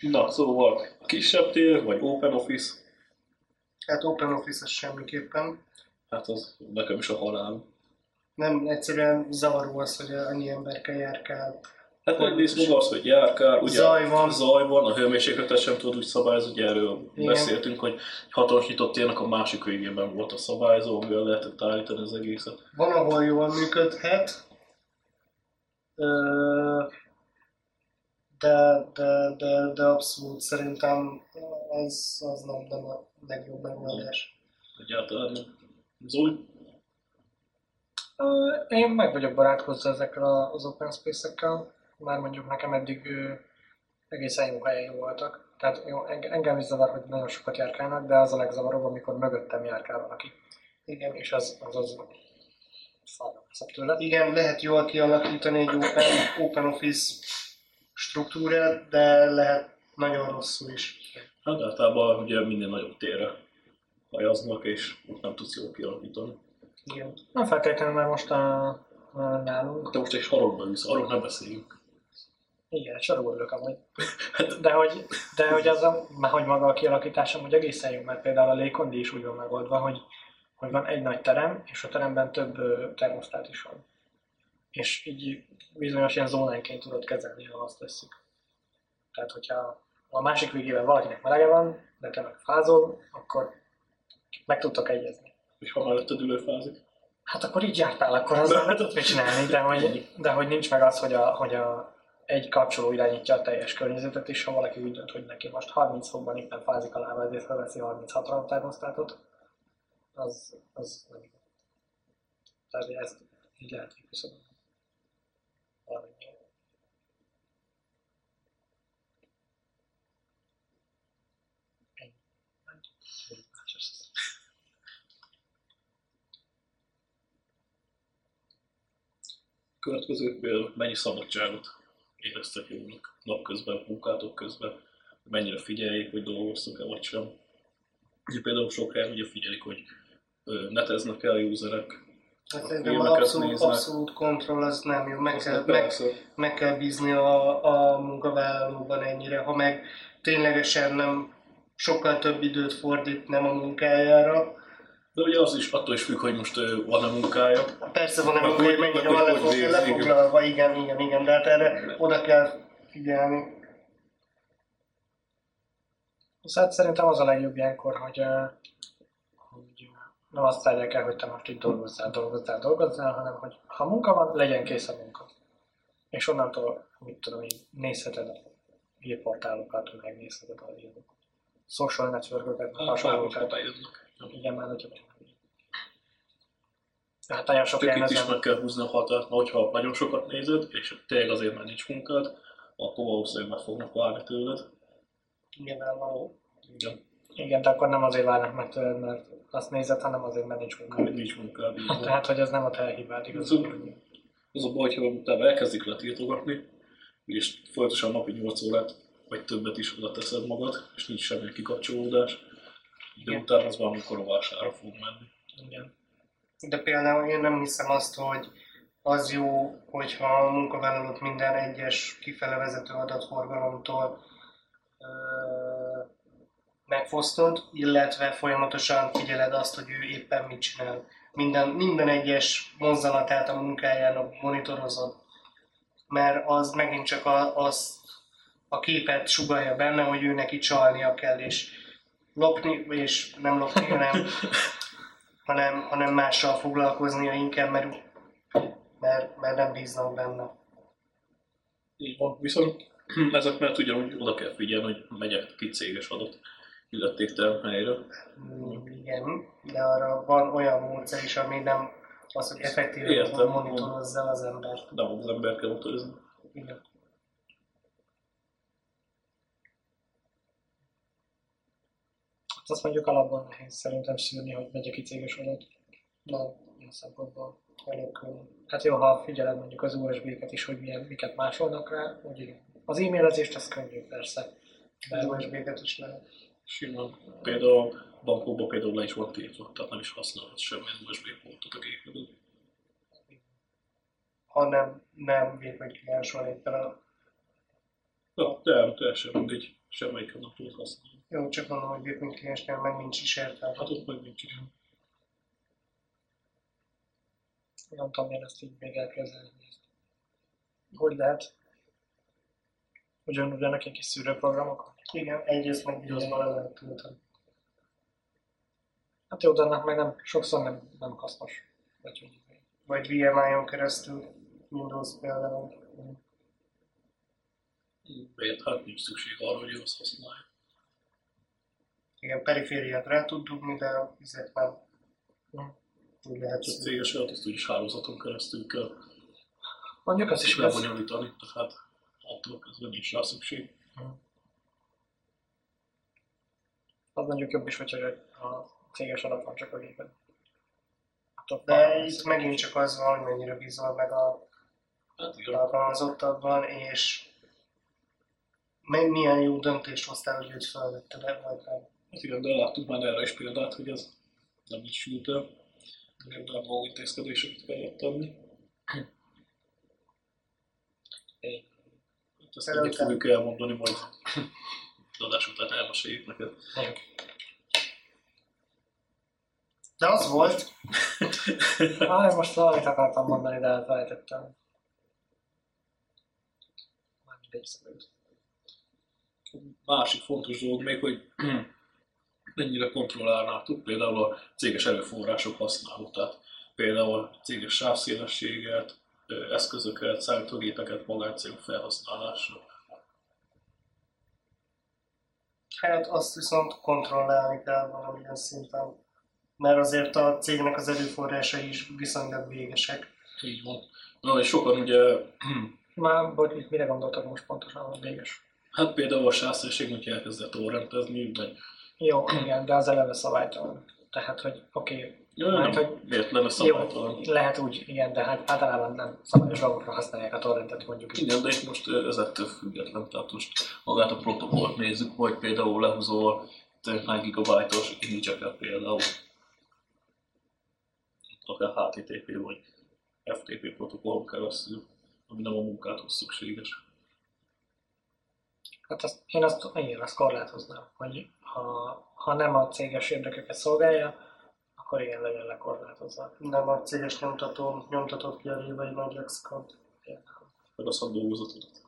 Speaker 1: Na, szóval kisebb tér, vagy open office,
Speaker 2: Hát Open Office-es semmiképpen.
Speaker 1: hát az nekem is a halál.
Speaker 2: Nem egyszerűen zavaró az, hogy annyi emberkel járkál.
Speaker 1: Hát egyrészt maga az, hogy járkál, ugye
Speaker 2: Zaj van.
Speaker 1: zaj van, a hőmérsékletet sem tud úgy szabályozni, ugye erről
Speaker 2: Igen.
Speaker 1: beszéltünk, hogy egy hatalmas nyitott térnek a másik végében volt a szabályzó, amivel lehetett állítani az egészet.
Speaker 2: Van, ahol jól működhet, Ö, de, de, de, de abszolút szerintem az, az nem, nem a legjobb megoldás.
Speaker 1: Egyáltalán nem. Zoli?
Speaker 3: Ö, Én meg vagyok barátkozva ezekkel a- az open space-ekkel, már mondjuk nekem eddig ö, egészen jó helyeim voltak. Tehát jó, eng- engem is zavar, hogy nagyon sokat járkálnak, de az a legzavaróbb, amikor mögöttem járkál valaki.
Speaker 2: Igen.
Speaker 3: És az az, az szar- szar tőle.
Speaker 2: Igen, lehet jól kialakítani egy open, open office struktúrát, de lehet nagyon rosszul is.
Speaker 1: Hát általában ugye minden nagyobb térre hajaznak, és ott nem tudsz jól kialakítani.
Speaker 2: Igen.
Speaker 3: Nem feltétlenül már most a, a nálunk.
Speaker 1: Te most egy sarokba ülsz, arról nem beszéljünk.
Speaker 3: Igen, sorogó ülök amúgy. De hogy, de hogy az a, már hogy maga a kialakításom, hogy egészen jó, mert például a légkondi is úgy van megoldva, hogy, hogy van egy nagy terem, és a teremben több ö, termosztát is van. És így bizonyos ilyen zónánként tudod kezelni, ha azt tesszük. Tehát, hogyha a másik végében valakinek melege van, de te meg fázol, akkor meg tudtok egyezni.
Speaker 1: És ha melletted ülő fázik.
Speaker 3: Hát akkor így jártál, akkor az nem tudod mit csinálni, de hogy, de hogy nincs meg az, hogy a, hogy a egy kapcsoló irányítja a teljes környezetet, és ha valaki úgy dönt, hogy neki most 30 fokban éppen fázik a lába, ezért felveszi 36-ra a termosztátot, az, az nem jó. Tehát ezt így lehet kiküszöbölni. Valamennyire. Ennyi. Nem tudom, hogy más az.
Speaker 1: Következőkből mennyi szabadságot éreztek jónak napközben, munkátok közben, mennyire figyeljék, hogy dolgoztok-e vagy sem. Ugye például sok helyen ugye figyelik, hogy ö, neteznek el userek.
Speaker 2: Hát
Speaker 1: A
Speaker 2: szerintem az
Speaker 1: filmeket
Speaker 2: abszolút,
Speaker 1: néznek.
Speaker 2: abszolút kontroll az nem jó. Meg
Speaker 1: Azt
Speaker 2: kell,
Speaker 1: meg
Speaker 2: meg,
Speaker 1: persze.
Speaker 2: meg kell bízni a, a munkavállalóban ennyire, ha meg ténylegesen nem sokkal több időt fordít nem a munkájára.
Speaker 1: De ugye az is attól is függ, hogy most ö, van-e munkája.
Speaker 2: Persze van nem
Speaker 1: Meg
Speaker 2: munka, hogy
Speaker 1: hogy-
Speaker 2: mennyire
Speaker 1: meg
Speaker 2: van
Speaker 1: hogy hogy
Speaker 2: lefog-
Speaker 1: végzi,
Speaker 2: lefoglalva, igen, igen, igen, de hát erre oda kell figyelni.
Speaker 3: Szóval szerintem az a legjobb ilyenkor, hogy, ö, hogy ö, nem azt várják el, hogy te most itt dolgozzál, dolgozzál, dolgozzál, hanem hogy ha munka van, legyen kész a munka. És onnantól, mit tudom én, nézheted a hírportálokat, megnézheted a hír- social networköket,
Speaker 1: Hát,
Speaker 3: meg hasonlókat.
Speaker 1: határoznak.
Speaker 3: Igen, már nagyon Hát nagyon sok
Speaker 1: Tök
Speaker 3: ilyen
Speaker 1: itt is
Speaker 3: ezen,
Speaker 1: meg kell húzni a határt, mert hogyha nagyon sokat nézed, és tényleg azért már nincs munkád, akkor valószínűleg meg fognak várni tőled.
Speaker 2: Nyilvánvaló.
Speaker 1: Igen,
Speaker 3: igen, de akkor nem azért várnak meg tőled, mert azt nézed, hanem azért, mert nincs
Speaker 1: hogy
Speaker 3: munkád.
Speaker 1: nincs munkád, így van.
Speaker 3: Tehát, hogy ez nem a te hibád
Speaker 1: Ez
Speaker 3: igazából.
Speaker 1: úgy- Az a baj, hogyha utána elkezdik letiltogatni, és folyamatosan napi 8 órát, vagy többet is oda teszed magad, és nincs semmilyen kikapcsolódás, de
Speaker 2: Igen.
Speaker 1: utána az valami korovására fog menni.
Speaker 3: Igen.
Speaker 2: De például én nem hiszem azt, hogy az jó, hogyha a munkavállalót minden egyes kifele vezető adatforgalomtól ö, megfosztod, illetve folyamatosan figyeled azt, hogy ő éppen mit csinál. Minden, minden egyes mozzanatát a munkájának monitorozod, mert az megint csak a, az, a képet sugalja benne, hogy ő neki csalnia kell, és lopni, és nem lopni, hanem hanem, hanem mással foglalkoznia inkább, mert, mert, mert nem bíznak benne.
Speaker 1: Így van, viszont <clears throat> ezek mert ugyanúgy oda kell figyelni, hogy megyek ki céges adott illetéktelen helyre.
Speaker 2: Mm, Igen, de arra van olyan módszer is, ami nem az, hogy effektíven
Speaker 1: Értem.
Speaker 2: monitorozza az embert.
Speaker 1: Nem az ember kell motorizni.
Speaker 2: Igen.
Speaker 3: Hát azt mondjuk alapban nehéz szerintem szűrni, hogy megy ki céges adat. Na, ilyen szempontból elég könnyű. Hát jó, ha figyeled mondjuk az USB-ket is, hogy milyen, miket másolnak rá, úgy igen. Az e-mailezést az könnyű persze.
Speaker 2: Az
Speaker 3: De hogy
Speaker 2: USB-ket is lehet.
Speaker 1: Simán. Például bankokban például le is van tiltva, tehát nem is használhat semmilyen USB portot a gépedön.
Speaker 2: Ha nem, nem vékony kliens van éppen a...
Speaker 1: Na, de teljesen mindegy. semmelyik nem tudod használni.
Speaker 2: Jó, csak mondom, hogy Bitcoin kliensnél meg nincs is értelme.
Speaker 1: Hát ott meg nincs is.
Speaker 3: Nem tudom, én ezt így még elkezdeni. Hogy lehet? Ugyan, ugyanak egy kis szűrőprogramok?
Speaker 2: Igen, egyrészt meg így az valami tudod.
Speaker 3: Hát jó, de annak meg nem, sokszor nem, nem hasznos. Vagy hogy
Speaker 2: Vagy VMI-on keresztül, Windows például.
Speaker 1: Miért? Hát nincs szükség arra, hogy ő azt használja.
Speaker 2: Igen, perifériát rá tud dugni, de ezért nem.
Speaker 3: Hm.
Speaker 2: Úgy lehet
Speaker 1: Ez a
Speaker 2: szűrni.
Speaker 1: céges olyat, azt úgyis hálózaton keresztül kell.
Speaker 3: Mondjuk azt
Speaker 1: Ezt is
Speaker 3: is lesz.
Speaker 1: lebonyolítani, tehát hát attól kezdve nincs rá szükség.
Speaker 3: Az mondjuk jobb is, hogyha a céges adat van csak a gépen. Attól
Speaker 2: De
Speaker 3: fal-
Speaker 2: itt megint csak az van, hogy mennyire bízol meg a
Speaker 1: Hát igen,
Speaker 2: alkalmazottabban, és meg milyen jó döntést hoztál, hogy őt felvetted el, vagy nem.
Speaker 1: hát igen, de láttuk már erre is példát, hogy ez nem így sült el. Nem olyan maga intézkedéseket kellett tenni. Hát ezt egyet fogjuk elmondani majd. <laughs> Az Adás után elmeséljük neked.
Speaker 2: De az volt,
Speaker 3: Á, most valamit akartam mondani, de elfelejtettem. Már mindegy szóval.
Speaker 1: másik fontos dolog még, hogy <clears throat> mennyire kontrollálnátok például a céges erőforrások használatát. Például céges sávszélességet, ö, eszközöket, számítógépeket magáncélú felhasználásra.
Speaker 2: hát azt viszont kontrollálni kell valamilyen szinten. Mert azért a cégnek az erőforrásai is viszonylag végesek.
Speaker 1: Így van. Na, és sokan ugye, <clears throat>
Speaker 3: Már, vagy itt mire gondoltak most pontosan, hogy véges?
Speaker 1: hát például a sávszélesség, hogyha elkezdett torrentezni, vagy
Speaker 3: Jó, igen, de az eleve szabálytalan. Tehát, hogy oké,
Speaker 1: Jaj,
Speaker 3: Hát,
Speaker 1: nem,
Speaker 3: hogy-
Speaker 1: miért lenne
Speaker 3: jó,
Speaker 1: szabálytalan?
Speaker 3: lehet úgy, igen, de hát általában nem szabályos dolgokra használják a torrentet, mondjuk így.
Speaker 1: Igen, de itt most ö, ez ettől független, tehát most magát a protokollt nézzük, vagy például lehúzol 10 gigabájtos image-eket például. Akár HTTP vagy FTP protokollon keresztül, ami nem a munkáthoz szükséges.
Speaker 3: Hát azt, én azt, én azt korlátoznám, hogy ha, ha nem a céges érdekeket szolgálja, akkor igen, legyen lekorlátozva.
Speaker 2: Nem a céges nyomtató nyomtatott ki a révei nagy lexikont.
Speaker 1: Meg a szakdolgozatodat.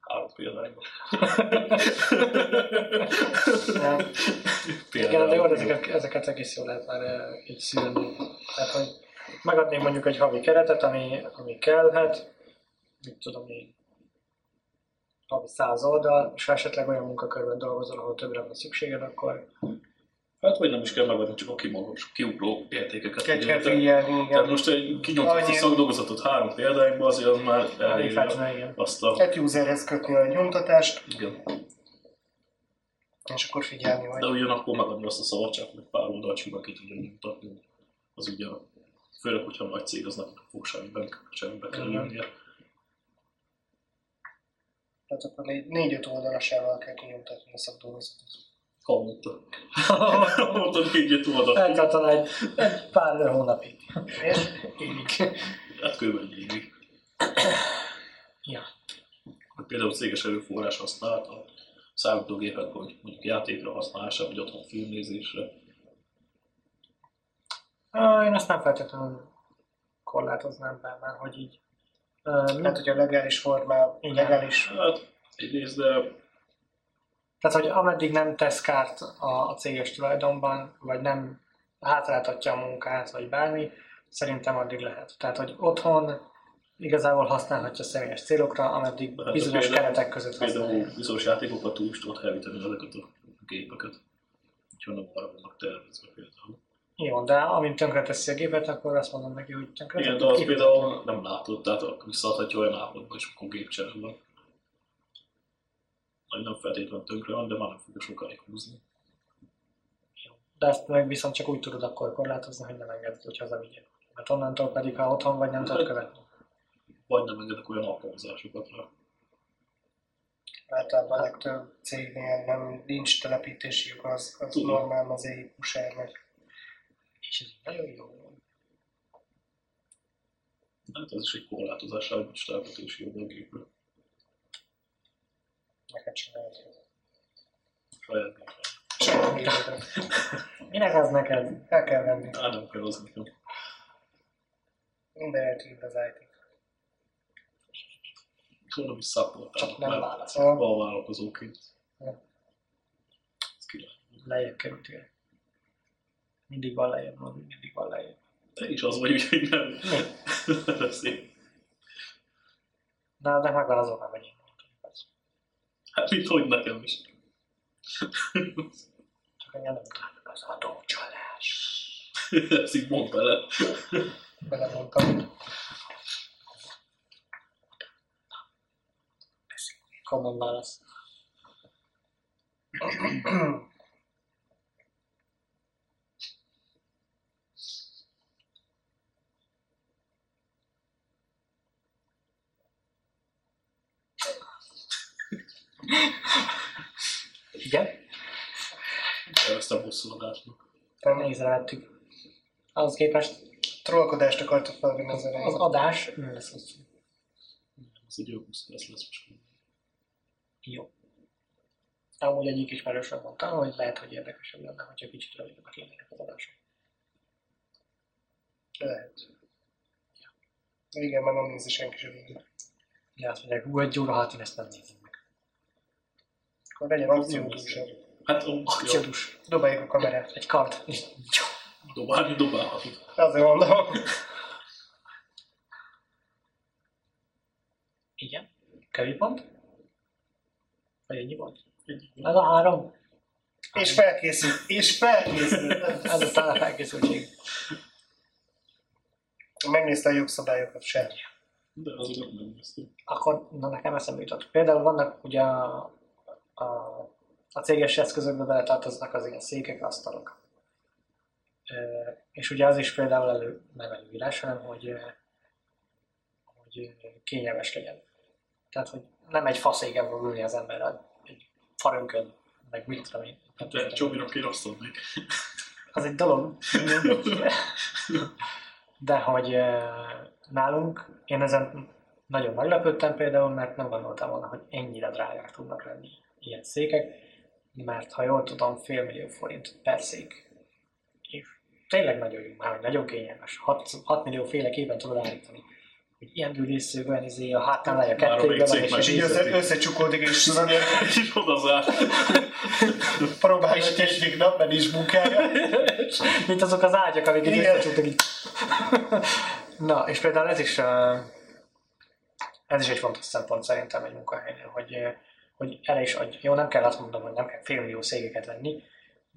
Speaker 1: Három
Speaker 3: <laughs>
Speaker 1: példányban.
Speaker 2: Nem.
Speaker 3: Igen, de jó, de ezeket, ezeket egész jól lehet már eh, így szűrni. Tehát, hogy megadnék mondjuk egy havi keretet, ami, ami kell, hát, mit tudom én, havi száz oldal, és ha esetleg olyan munkakörben dolgozol, ahol többre van szükséged, akkor
Speaker 1: Hát vagy nem is kell megadni, csak a kimagas, kiugró értékeket.
Speaker 2: Kell kell
Speaker 1: figyelj.
Speaker 2: figyelni,
Speaker 1: Tehát
Speaker 2: igen.
Speaker 1: most egy kinyomtatott
Speaker 2: Annyi-
Speaker 1: szakdolgozatot három példányban, azért az már
Speaker 3: elég
Speaker 1: elérje
Speaker 3: feltűnő, igen. <laughs>
Speaker 1: azt a...
Speaker 2: Egy userhez kötni a nyomtatást,
Speaker 1: Igen.
Speaker 2: és akkor figyelni,
Speaker 1: De
Speaker 2: hogy
Speaker 1: ugyanakkor megadni azt a szabadságot, hogy pár oldalt simán ki tudja nyomtatni. Az ugye, főleg, hogyha nagy cég, az nem fog semmiben, semmibe kerülnie.
Speaker 2: tehát akkor négy- négy-öt oldalasával kell kinyomtatni a szakdolgozatot.
Speaker 1: <laughs> Havonta. Havonta négy-öt oldalt.
Speaker 3: Eltartana egy, egy pár hónapig.
Speaker 2: És
Speaker 3: Így.
Speaker 1: Hát körülbelül egy évig.
Speaker 3: Ja.
Speaker 1: Hogy Például céges erőforrás használata, számítógépek, hogy mondjuk játékra használása, vagy otthon filmnézésre.
Speaker 3: Á, Én azt nem feltétlenül korlátoznám be, mert hogy így. eh, ö,
Speaker 2: Hát,
Speaker 3: mind-
Speaker 2: hogy a legális formá,
Speaker 3: Igen.
Speaker 2: legális
Speaker 1: Hát egyrészt, de
Speaker 3: Tehát, hogy ameddig nem tesz kárt a, a céges tulajdonban, vagy nem hátráltatja a munkát, vagy bármi, szerintem addig lehet. Tehát, hogy otthon igazából használhatja személyes célokra, ameddig
Speaker 1: Hát a
Speaker 3: bizonyos
Speaker 1: példa-
Speaker 3: keretek között használja.
Speaker 1: például bizonyos játékokat túl is tudod hevíteni ezeket a gépeket. Úgyhogy nem arra vannak tervezve például.
Speaker 3: Jó, de amint tönkre teszi a gépet, akkor azt mondom neki, hogy tönkre
Speaker 1: Igen, de az például nem látod, tehát akkor visszaadhatja olyan állapotba, és akkor gépcsere van. Vagy nem feltétlenül tönkre van, de már nem fogja sokáig húzni.
Speaker 3: De ezt meg viszont csak úgy tudod akkor korlátozni, hogy nem engeded, hogy hazavigyél. Mert onnantól pedig, ha otthon vagy, nem
Speaker 1: Hát-
Speaker 3: tudod követni.
Speaker 1: Vagy nem engedek olyan alkalmazásokat rá.
Speaker 2: általában a legtöbb cégnél nem, nincs telepítésük, az, az
Speaker 1: Tudom.
Speaker 2: normál az éjjel sernek.
Speaker 3: És ez nagyon jó.
Speaker 1: Hát ez is egy korlátozás, hogy nincs telepítési jobb a gépről.
Speaker 2: Neked csinálják.
Speaker 1: saját gépet.
Speaker 2: Saját
Speaker 1: <laughs>
Speaker 2: gépedet.
Speaker 3: Minek az neked? El kell venni.
Speaker 1: Hát nem kell az nekem.
Speaker 2: Minden eltűnt az it
Speaker 1: Tudom, hogy szaportálok
Speaker 3: Csak nem
Speaker 1: már
Speaker 3: válaszol.
Speaker 1: alvállalkozóként.
Speaker 3: Ja.
Speaker 1: Ez király.
Speaker 3: Lejjebb kerültél. Mindig van lejjebb, Norbi, mindig van lejjebb.
Speaker 1: Te is az vagy, úgyhogy nem. <laughs>
Speaker 3: Mi?
Speaker 1: Nem lesz én.
Speaker 3: Na, de megvan az oka, hogy én mondtam.
Speaker 1: Hát mit, hogy nekem is. <laughs>
Speaker 3: Csak ennyi nem tudok. Az adócsalás.
Speaker 1: Ezt így mondd bele.
Speaker 3: Belemondtam. Common válasz. Igen?
Speaker 1: Ezt a bosszolgásnak.
Speaker 3: Te nézd ráttük. Ahhoz képest
Speaker 2: Trollkodást akartok felvinni az
Speaker 3: az
Speaker 2: elején.
Speaker 3: adás nem lesz hosszú.
Speaker 1: Ez egy jó busz, ez lesz most.
Speaker 3: Jó. Amúgy egyik ismerősöm mondta, hogy lehet, hogy érdekesebb lenne, hogyha kicsit rövidebbek lennének az adások.
Speaker 2: Lehet. Igen, már nem nézi senki sem végig.
Speaker 3: Ja, azt mondják, ú, egy óra hat, én ezt nem nézem meg.
Speaker 2: Akkor legyen akciódúsabb.
Speaker 1: Hát, ó, jó,
Speaker 3: Akciódus.
Speaker 2: Dobáljuk a kamerát.
Speaker 3: Egy kard.
Speaker 1: dobálni, dobálhatunk.
Speaker 2: Azért mondom.
Speaker 3: Igen. Kevés pont? Vagy ennyi volt?
Speaker 1: Ennyi.
Speaker 3: Ez a három.
Speaker 2: És felkészül. És felkészül.
Speaker 3: Ez aztán a felkészültség.
Speaker 2: Megnézte a jogszabályokat sem.
Speaker 1: De azokat megnéztük.
Speaker 3: Akkor na, nekem eszembe jutott. Például vannak ugye a, a, a céges eszközökbe beletartoznak az ilyen székek, asztalok. Ö, és ugye az is például elő, nem előírás, hanem hogy, ö, hogy ö, kényelmes legyen. Tehát, hogy nem egy faszéken fog ülni az ember, hanem egy farönkön, meg mit tudom én.
Speaker 1: Hát, de Csominak én azt
Speaker 3: <laughs>
Speaker 1: adnék.
Speaker 3: az egy dolog,
Speaker 1: <laughs>
Speaker 3: de hogy ö, nálunk, én ezen nagyon meglepődtem például, mert nem gondoltam volna, hogy ennyire drágák tudnak lenni ilyen székek, mert ha jól tudom, fél millió forint per szék. És tényleg nagyon jó, már hogy nagyon kényelmes. 6, 6 millió féleképpen tudod állítani. Hogy ilyen ülésszerű, olyan izé, a hátán lej a
Speaker 1: Valamelyik
Speaker 3: kettőbe van,
Speaker 1: szék
Speaker 3: és
Speaker 1: már
Speaker 3: egy
Speaker 2: És így
Speaker 1: Nézzetek.
Speaker 2: össze, összecsukódik, és az anyag
Speaker 1: És oda zár.
Speaker 3: Hát,
Speaker 2: próbálja a negyedik napban is munkája.
Speaker 3: Mint azok az ágyak, amiket
Speaker 2: Igen.
Speaker 3: összecsúttak így. Na, és például ez is, ö, ez is egy fontos szempont szerintem egy munkahelynél, hogy, ö, hogy erre is adj. Jó, nem kell azt mondom, hogy nem kell félmillió székeket venni,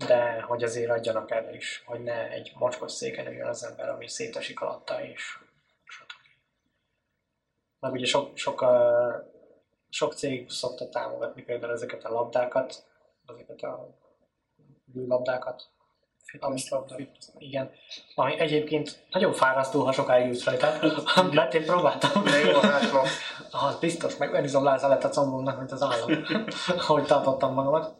Speaker 3: de hogy azért adjanak erre is, hogy ne egy mocskos széken üljön az ember, ami szétesik alatta, és stb. Meg ugye sok, sok, ö, sok cég szokta támogatni például ezeket a labdákat, ezeket a labdákat, amit labda. Igen. Ami egyébként nagyon fárasztó, ha sokáig ülsz rajta. <laughs> Mert én próbáltam.
Speaker 2: De jó, hát van.
Speaker 3: <laughs> Az biztos, meg olyan izomláza lett a combomnak, mint az állam. <laughs> Ahogy tartottam magamat.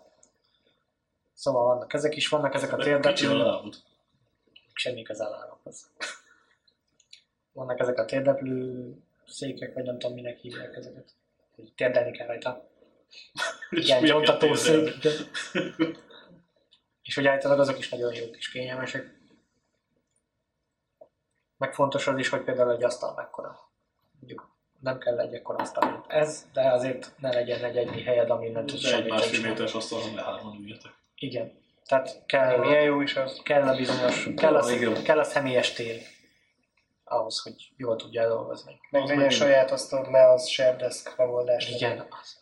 Speaker 3: Szóval vannak ezek is, vannak ezek a
Speaker 1: Kicsi a
Speaker 3: térdeplők,
Speaker 1: lábod.
Speaker 3: semmi közel államokhoz. <laughs> Vannak ezek a térdeplő székek, vagy nem tudom minek hívják ezeket. Hogy térdelni kell rajta.
Speaker 1: És
Speaker 3: Igen,
Speaker 1: miért kell
Speaker 3: nyomtató szék.
Speaker 1: térdelni?
Speaker 3: igen. <laughs> És hogy állítólag azok is nagyon jók és kényelmesek. Meg fontos az is, hogy például egy asztal mekkora. Mondjuk nem kell egy ekkora asztal, mint ez, de azért ne legyen egy egyni helyed, ami nem tud
Speaker 1: De egy
Speaker 3: semmit
Speaker 1: másfél
Speaker 3: csinálni.
Speaker 1: méteres asztalon le hárman üljetek.
Speaker 3: Igen. Tehát kell,
Speaker 2: Milyen jó is az.
Speaker 3: kell a bizonyos, kell
Speaker 1: Jó,
Speaker 3: a,
Speaker 1: igen.
Speaker 3: kell a személyes tér ahhoz, hogy jól tudja dolgozni.
Speaker 2: Meg
Speaker 1: Az
Speaker 2: legyen
Speaker 1: meg-
Speaker 2: saját asztalod, ne az shared desk megoldás.
Speaker 3: Igen, az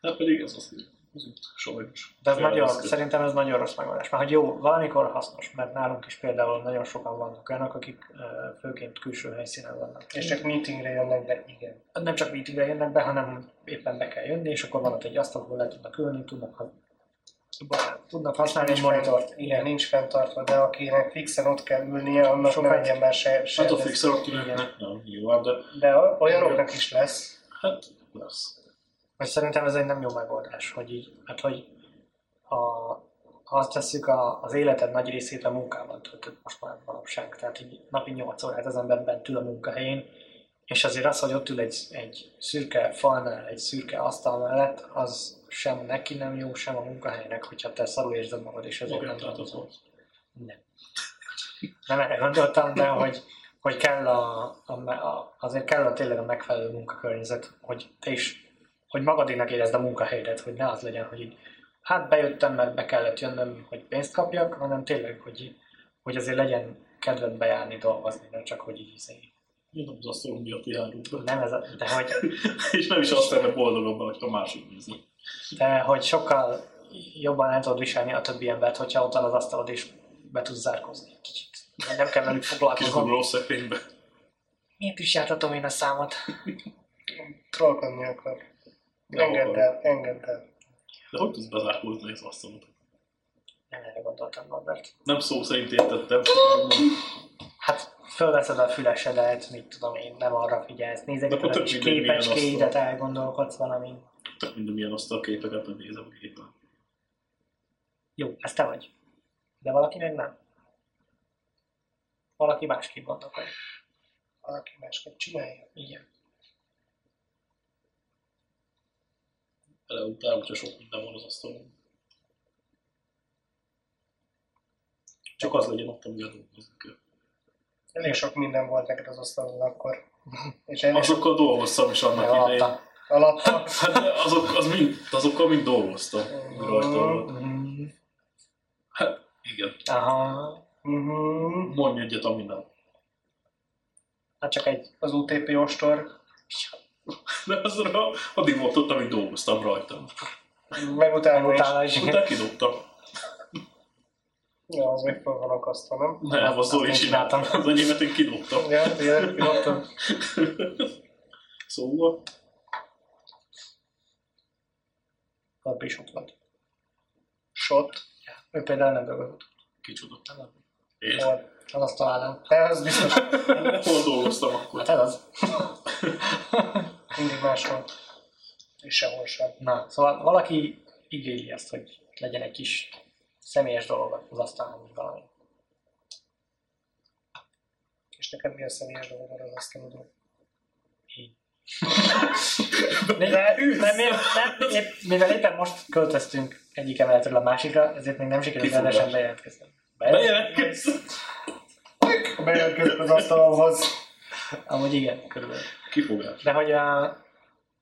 Speaker 1: Hát pedig ez az, az út, sajnos.
Speaker 3: De ez
Speaker 1: Fel
Speaker 3: nagyon,
Speaker 1: lesz kötve.
Speaker 3: szerintem ez nagyon rossz megoldás. Mert hogy jó, valamikor hasznos, mert nálunk is például nagyon sokan vannak olyanok, akik ö, főként külső helyszínen vannak.
Speaker 2: És csak meetingre jönnek be, igen.
Speaker 3: nem csak meetingre jönnek be, hanem éppen be kell jönni, és akkor van ott egy asztal, ahol le tudnak ülni, tudnak, ha- bocsánat, tudnak használni egy monitort.
Speaker 2: Igen, nincs fenntartva, de akinek fixen ott kell ülnie, annak
Speaker 3: Sok
Speaker 2: nem
Speaker 3: hely.
Speaker 2: legyen már se, se
Speaker 1: Hát a
Speaker 2: desk.
Speaker 1: fixer akinek nem, nyilván, de
Speaker 2: De olyanoknak is lesz.
Speaker 1: hát lesz.
Speaker 3: Vagy szerintem ez egy nem jó megoldás, hogy így, mert hogy a, ha azt tesszük a, az életed nagy részét a munkában töltött most már manapság, tehát így napi 8 órát az ember bent ül a munkahelyén, és azért az, hogy ott ül egy, egy szürke falnál, egy szürke asztal mellett, az sem neki nem jó, sem a munkahelynek, hogyha te szarul érzed magad, és ezért
Speaker 1: Igen,
Speaker 3: nem
Speaker 1: tehát az
Speaker 3: dolgozol.
Speaker 1: volt.
Speaker 3: Nem. Nem erre gondoltam, de hogy, hogy kell a, a, a, azért kell a tényleg a megfelelő munkakörnyezet, hogy te is, hogy magadénak érezd a munkahelyedet, hogy ne az legyen, hogy így, hát bejöttem, mert be kellett jönnöm, hogy pénzt kapjak, hanem tényleg, hogy, hogy azért legyen kedved bejárni, dolgozni, nem csak, hogy így izé.
Speaker 1: Én nem az asztalom miatt járunk be.
Speaker 3: Nem ez a, de hogy
Speaker 1: <laughs> És nem is azt lenne boldogabb, hogyha másik nézni.
Speaker 3: De hogy sokkal jobban el tudod viselni a többi embert, hogyha ott van az asztalod és be tudsz zárkózni egy kicsit. Mert Nem kell velük
Speaker 1: Kis
Speaker 3: foglalkoznom.
Speaker 1: rossz szekvénybe.
Speaker 3: Miért is jártatom én a számot?
Speaker 2: Trollkodni akar.
Speaker 1: Nem
Speaker 2: Engedd
Speaker 1: akarom.
Speaker 2: el, engedd el.
Speaker 1: De hogy tudsz bezárkózni az asztalot?
Speaker 3: Nem erre gondoltam, Norbert.
Speaker 1: Nem szó szerint értettem.
Speaker 3: Hát fölveszed a fülesedet, mit tudom én, nem arra figyelsz.
Speaker 1: De akkor
Speaker 3: Nézegeted a
Speaker 1: tök
Speaker 3: kis
Speaker 1: mindegy, milyen
Speaker 3: képecskéidet,
Speaker 1: asztal.
Speaker 3: elgondolkodsz valamin.
Speaker 1: Tök minden milyen asztalképeket nem nézem a gépen.
Speaker 3: Jó, ez te vagy. De valaki meg nem. Valaki másképp gondolkodik.
Speaker 2: Valaki másképp csinálja.
Speaker 3: Igen.
Speaker 1: Ele után, hogyha sok minden van az asztalon. Csak az legyen ott, amivel dolgozni kell.
Speaker 2: Elég sok minden volt neked az asztalon <laughs> akkor. És elég sok
Speaker 1: Azokkal dolgoztam is annak
Speaker 3: Mert
Speaker 1: idején.
Speaker 3: alatta.
Speaker 2: alatta.
Speaker 1: Hát azok, az mind, azokkal mind dolgoztam. ami rajta volt.
Speaker 3: Mm,
Speaker 1: Hát igen.
Speaker 3: aha.
Speaker 2: Mhm.
Speaker 1: Mondj egyet, ami nem.
Speaker 3: Hát csak egy
Speaker 2: Az UTP ostor.
Speaker 1: De azra addig volt ott, amíg dolgoztam rajta.
Speaker 2: Meg utána is.
Speaker 3: utána is.
Speaker 1: Utána kidobtam.
Speaker 2: Ja, az még föl van akasztva, nem?
Speaker 1: Nem, az
Speaker 3: Azt
Speaker 1: Zoli
Speaker 3: én
Speaker 1: csináltam.
Speaker 3: csináltam.
Speaker 1: Az enyémet én kidobtam.
Speaker 2: Ja, tényleg, pilottam.
Speaker 1: Szóval,
Speaker 3: Abban is ott volt.
Speaker 2: Shot.
Speaker 3: Ő például nem dolgozott.
Speaker 1: kicsoda.
Speaker 3: Nem.
Speaker 1: Én
Speaker 2: Volt.
Speaker 3: Az azt találom.
Speaker 2: De az biztos
Speaker 1: hol dolgoztam akkor?
Speaker 3: Hát ez az.
Speaker 2: mindig máshol. És sehol sem.
Speaker 3: Na, szóval valaki igényli ezt, hogy legyen egy kis személyes dolog az asztalon, vagy valami.
Speaker 2: És neked mi a személyes dolgod az asztalodon?
Speaker 3: De, de mi, nem, épp, mivel éppen most költöztünk egyik emeletről a másikra, ezért még nem sikerült
Speaker 1: Kifogás.
Speaker 3: rendesen bejelentkezni.
Speaker 1: Bejelentkezz!
Speaker 2: Bejelentkezik az asztalhoz.
Speaker 3: Amúgy igen, körülbelül.
Speaker 1: Kifogás.
Speaker 3: De hogy a,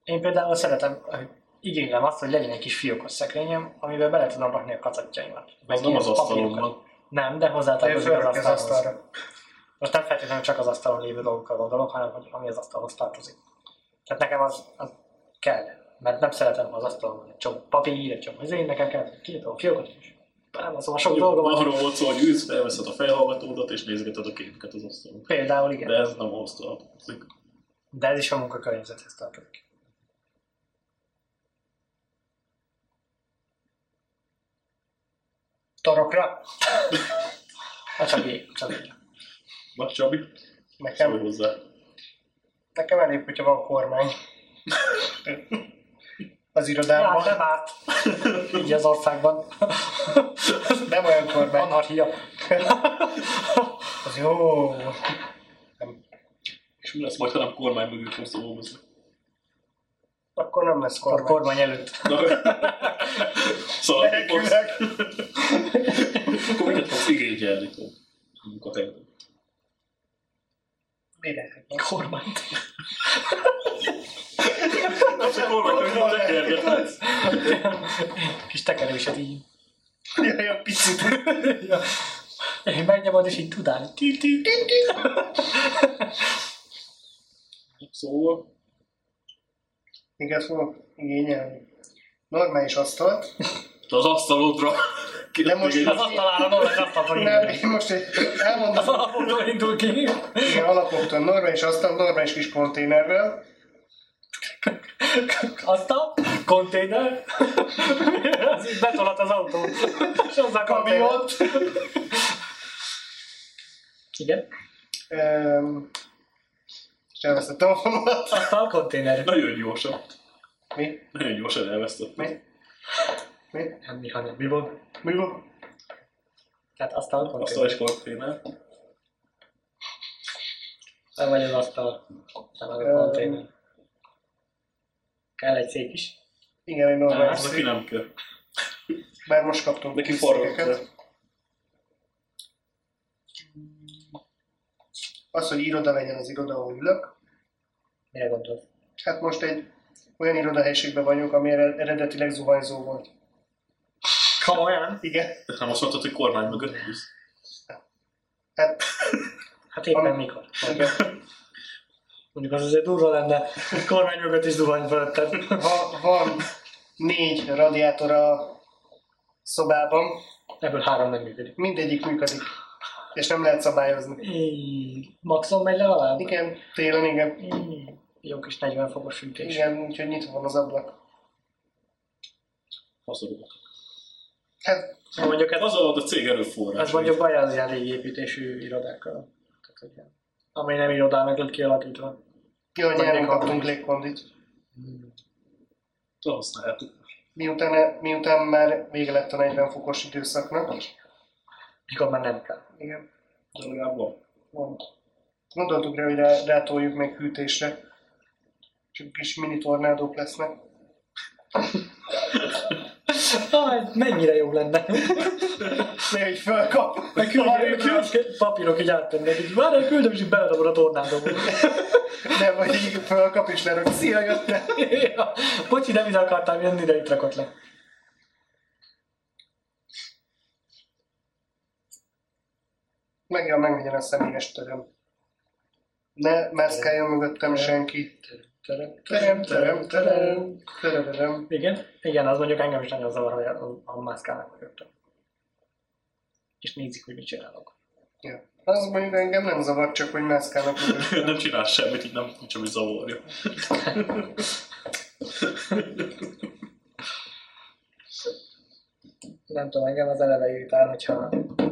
Speaker 3: én például szeretem, hogy igénylem azt, hogy legyen egy kis fiókos szekrényem, amiben bele tudom rakni a kacatjaimat. Meg
Speaker 1: Az nem
Speaker 3: ilyen
Speaker 1: az asztalon
Speaker 3: papírokat.
Speaker 1: van.
Speaker 3: Nem, de
Speaker 2: Te
Speaker 3: hozzátartozik az
Speaker 2: fölrakja az
Speaker 3: asztalhoz.
Speaker 2: asztalra.
Speaker 3: Most nem feltétlenül csak az asztalon lévő dolgokra gondolok, hanem hogy ami az asztalhoz tartozik. Tehát nekem az, az kell, mert nem szeretem ha az asztalon egy csomó papír, egy csomó izé, nekem kell két olyan fiókot is. Nem, szóval sok dolgom van.
Speaker 1: Arról volt szó, hogy ülsz, felveszed a fejhallgatódat és nézgeted a képeket az asztalon.
Speaker 3: Például igen,
Speaker 1: De
Speaker 3: de,
Speaker 1: ez nem ahhoz tartozik.
Speaker 3: de ez is a munkakörnyezethez tartozik.
Speaker 2: Torokra?
Speaker 3: Hát csak ég, csak ég.
Speaker 1: Na Csabi,
Speaker 3: Szóval-
Speaker 1: szólj
Speaker 2: Nekem,
Speaker 1: hozzá.
Speaker 2: nekem elég, hogyha van kormány. Az
Speaker 3: Hát
Speaker 2: irodámban
Speaker 3: nem árt, így az országban.
Speaker 2: nem olyan kormány.
Speaker 3: Anarchia.
Speaker 2: Az jó.
Speaker 1: És mi lesz majd, ha nem kormány mögül fogsz dolgozni?
Speaker 2: Akkor nem lesz
Speaker 3: A
Speaker 2: kormány.
Speaker 3: kormány előtt. <laughs>
Speaker 1: Na. Szóval akkor fogsz-
Speaker 2: Menekülök.
Speaker 1: akkor miket fogsz igényelni a munkahelyen?
Speaker 2: Mire?
Speaker 3: Kormányt.
Speaker 1: Nem csak kormány, hogy nem tekergetsz.
Speaker 3: Kis tekerőset így.
Speaker 2: Jaj, a picit.
Speaker 3: Én megnyomod és így tudál. Ti, ti, ti, ti.
Speaker 1: Szóval,
Speaker 2: Miket fogok igényelni? Normális asztalt.
Speaker 1: Te az asztalodra.
Speaker 2: De most
Speaker 1: Igen.
Speaker 3: Az asztalára Norris Hát azt a
Speaker 2: Nem, én most egy- elmondom,
Speaker 3: Az alapokról indul ki.
Speaker 2: igen, alapoktól normális asztal, normális kis konténerrel.
Speaker 3: Aztán konténer. Az így betolat az autó. És hozzá konténer.
Speaker 2: Kamiont.
Speaker 3: Igen.
Speaker 2: Öm, És elvesztettem a fonalat.
Speaker 3: Aztán konténer.
Speaker 1: Nagyon gyorsan.
Speaker 2: Mi?
Speaker 1: Nagyon gyorsan elvesztettem.
Speaker 2: Mi? Mi?
Speaker 3: Nem, Hát mi, hanem mi van?
Speaker 2: Mi van?
Speaker 3: Tehát aztán
Speaker 1: Asztal
Speaker 3: konténer.
Speaker 1: és konténer.
Speaker 3: Nem vagy az asztal. Nem vagy a konténer. Kell egy szék is.
Speaker 2: Igen, egy
Speaker 1: Nem,
Speaker 2: normális
Speaker 1: Hát az aki
Speaker 2: szék.
Speaker 1: nem kell.
Speaker 2: Bár most kaptunk
Speaker 1: Neki
Speaker 2: új
Speaker 1: forró.
Speaker 2: székeket. Az, hogy iroda legyen az iroda, ahol ülök.
Speaker 3: Mire gondolsz?
Speaker 2: Hát most egy olyan irodahelyiségben vagyok, ami ered- eredetileg zuhanyzó volt.
Speaker 3: Komolyan?
Speaker 2: Igen.
Speaker 1: Nem azt mondtad, hogy kormány mögött ülsz.
Speaker 2: Hát,
Speaker 3: Hát éppen
Speaker 2: Am-
Speaker 3: mikor?
Speaker 2: igen.
Speaker 3: Mondjuk az azért durva lenne, hogy kormány mögött is zuhany fölötted.
Speaker 2: Va, van négy radiátor a szobában,
Speaker 3: Ebből három nem működik.
Speaker 2: mindegyik működik, és nem lehet szabályozni.
Speaker 3: Így, Maxon megy legalább?
Speaker 2: Igen, télen igen.
Speaker 3: Így, Jó kis 40 fokos sütés.
Speaker 2: Igen, úgyhogy nyitva van az ablak.
Speaker 1: Hazudok.
Speaker 2: Hát,
Speaker 3: Mondjuk hát
Speaker 1: Az alatt a cég erőforrás.
Speaker 3: Ez Hát mondjuk baj az ilyen légiépítésű irodákkal. Tehát, hogy ilyen- Ami nem irodának lett kialakítva.
Speaker 2: jó, hogy nyáron kaptunk légkondit.
Speaker 1: Te használjátok.
Speaker 2: Miután, miután már vége lett a 40 fokos időszaknak.
Speaker 3: Mikor már nem kell.
Speaker 2: Igen,
Speaker 1: De legalább van. <laughs>
Speaker 2: van. Gondoltuk rá, hogy rá, rátoljuk még hűtésre. Csak kis mini tornádók lesznek.
Speaker 3: Ah, ez mennyire jó lenne.
Speaker 2: Néha így fölkap.
Speaker 3: <laughs> Meg küldjék, küldjék, papírok így áttennék. Így, Várj, hogy küldöm, és így beledobod a <laughs> tornádóba.
Speaker 2: Nem, vagy így fölkap és lerök. Szia, jöttem!
Speaker 3: Ja, Bocsi, nem ide akartam jönni, de itt rakott le.
Speaker 2: Meg kell meglegyen a személyes terem. Ne mászkáljon mögöttem senki.
Speaker 3: Terem,
Speaker 2: Terem, terem, terem, terem.
Speaker 3: Igen, igen, az mondjuk engem is nagyon zavar, hogy a, a mászkálnak mögöttem. És nézik, hogy mit csinálok.
Speaker 2: Ja. Az mondjuk engem nem zavar, csak hogy mászkálnak mögöttem. <laughs>
Speaker 1: Nem csinál semmit, így nem nincs, ami zavarja.
Speaker 3: Nem tudom, engem az eleve irritál, hogyha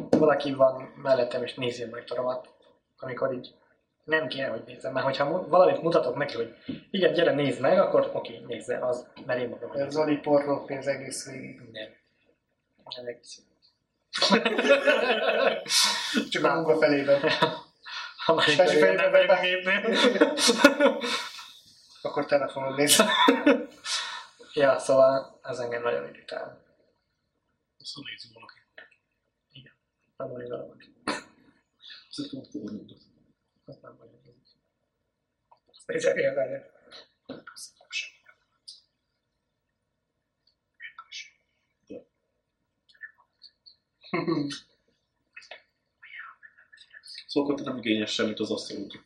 Speaker 3: valaki van mellettem és nézi a monitoromat, amikor így nem kéne, hogy nézzem, mert hogyha mu- valamit mutatok neki, hogy igen, gyere, nézd meg, akkor oké, nézze, az, mert én magam.
Speaker 2: Ez Zoli pornópénz egész végig.
Speaker 3: Nem. Nem egész.
Speaker 2: Csak a munka felében.
Speaker 3: <laughs> A másik
Speaker 2: Persze,
Speaker 3: felé
Speaker 2: fejbe
Speaker 3: nem vagyok a
Speaker 2: be-
Speaker 3: gépnél.
Speaker 2: <laughs> Akkor telefonon <laughs> néz.
Speaker 3: ja, szóval ez engem nagyon irritál.
Speaker 1: Aztán nézzük valaki.
Speaker 3: Nem mondjuk valamit.
Speaker 1: Szerintem a pornódot.
Speaker 3: Az nem vagyok. Azt nézek én vele.
Speaker 1: Szóval akkor te nem igényes semmit az asztalodra.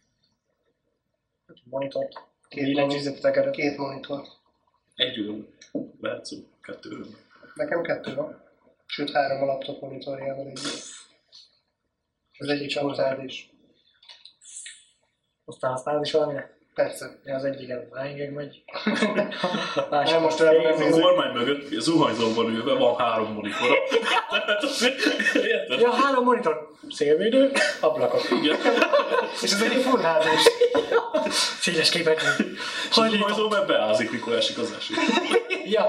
Speaker 3: Monitort,
Speaker 2: Két
Speaker 3: billentyűzetet tekerem.
Speaker 2: Két monitor.
Speaker 1: Egy ül, lehet szó, kettő ül.
Speaker 2: Nekem kettő van. Sőt, három a laptop monitorjával együtt. Az egyik sem utád is.
Speaker 3: Aztán használod is valamire?
Speaker 2: Persze.
Speaker 3: Ja, az egyik előbb lányig <laughs> megy.
Speaker 2: Nem, most arra nem
Speaker 1: A kormány mögött zuhanyzóban ülve van három monitora. Tehát azért, <laughs> érted?
Speaker 3: Ja, három monitor. Szélvédő, ablakok.
Speaker 1: Igen.
Speaker 2: És az egyik full HD is.
Speaker 3: Széles képernyő.
Speaker 1: A
Speaker 3: Hogy
Speaker 1: zuhanyzó már beázik, mikor esik az eső.
Speaker 3: Ja,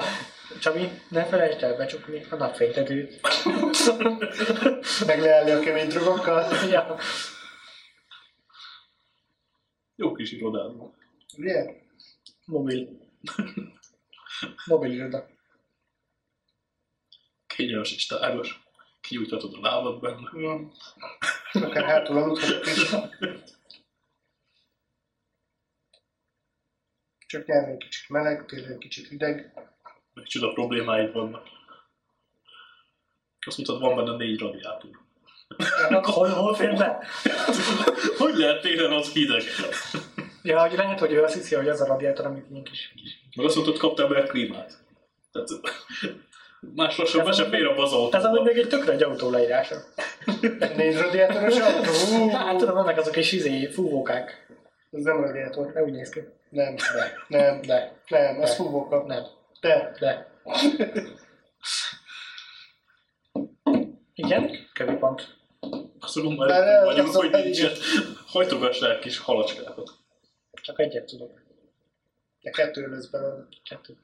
Speaker 3: Csabi, ne felejtsd el becsukni a napfénytetőt.
Speaker 2: Meg leállni a kemény drogokkal.
Speaker 3: ja.
Speaker 1: Jó kis irodád van.
Speaker 2: Ugye?
Speaker 3: Mobil. Mobil iroda.
Speaker 1: Kényelmes és tágos. Kinyújtatod a lábad benne.
Speaker 2: Mm. Akár hátul aludhatok is. Csak nyáron egy kicsit meleg, télen egy kicsit hideg.
Speaker 1: Micsoda problémáid vannak. Azt mondtad, van benne négy radiátor. <laughs>
Speaker 3: Hol, hol fér be?
Speaker 1: Hogy lehet télen az hideg?
Speaker 3: Ja, hogy lehet, hogy ő azt hiszi, hogy az a radiátor, amit ilyen kis...
Speaker 1: Meg azt mondtad, kaptál bele klímát. Tehát másra sem, be se fér a bazalt.
Speaker 3: Ez amúgy még egy tökre egy autó leírása.
Speaker 2: Négy radiátoros autó. Ú,
Speaker 3: Hát tudom, vannak azok is izé, fúvókák.
Speaker 2: Ez nem radiátor.
Speaker 3: De úgy néz ki.
Speaker 2: Nem, nem,
Speaker 3: De.
Speaker 2: nem, az fúvóka.
Speaker 3: Nem.
Speaker 2: De,
Speaker 3: De. Igen? Kövi pont.
Speaker 1: Azt mondom,
Speaker 2: Bele,
Speaker 1: már vagyok,
Speaker 2: azon
Speaker 1: hogy
Speaker 2: pedig-
Speaker 1: nincs. Hajtogass rá egy kis halacskákat.
Speaker 3: Csak egyet tudok.
Speaker 2: de kettő lesz belőle.
Speaker 3: Kettő.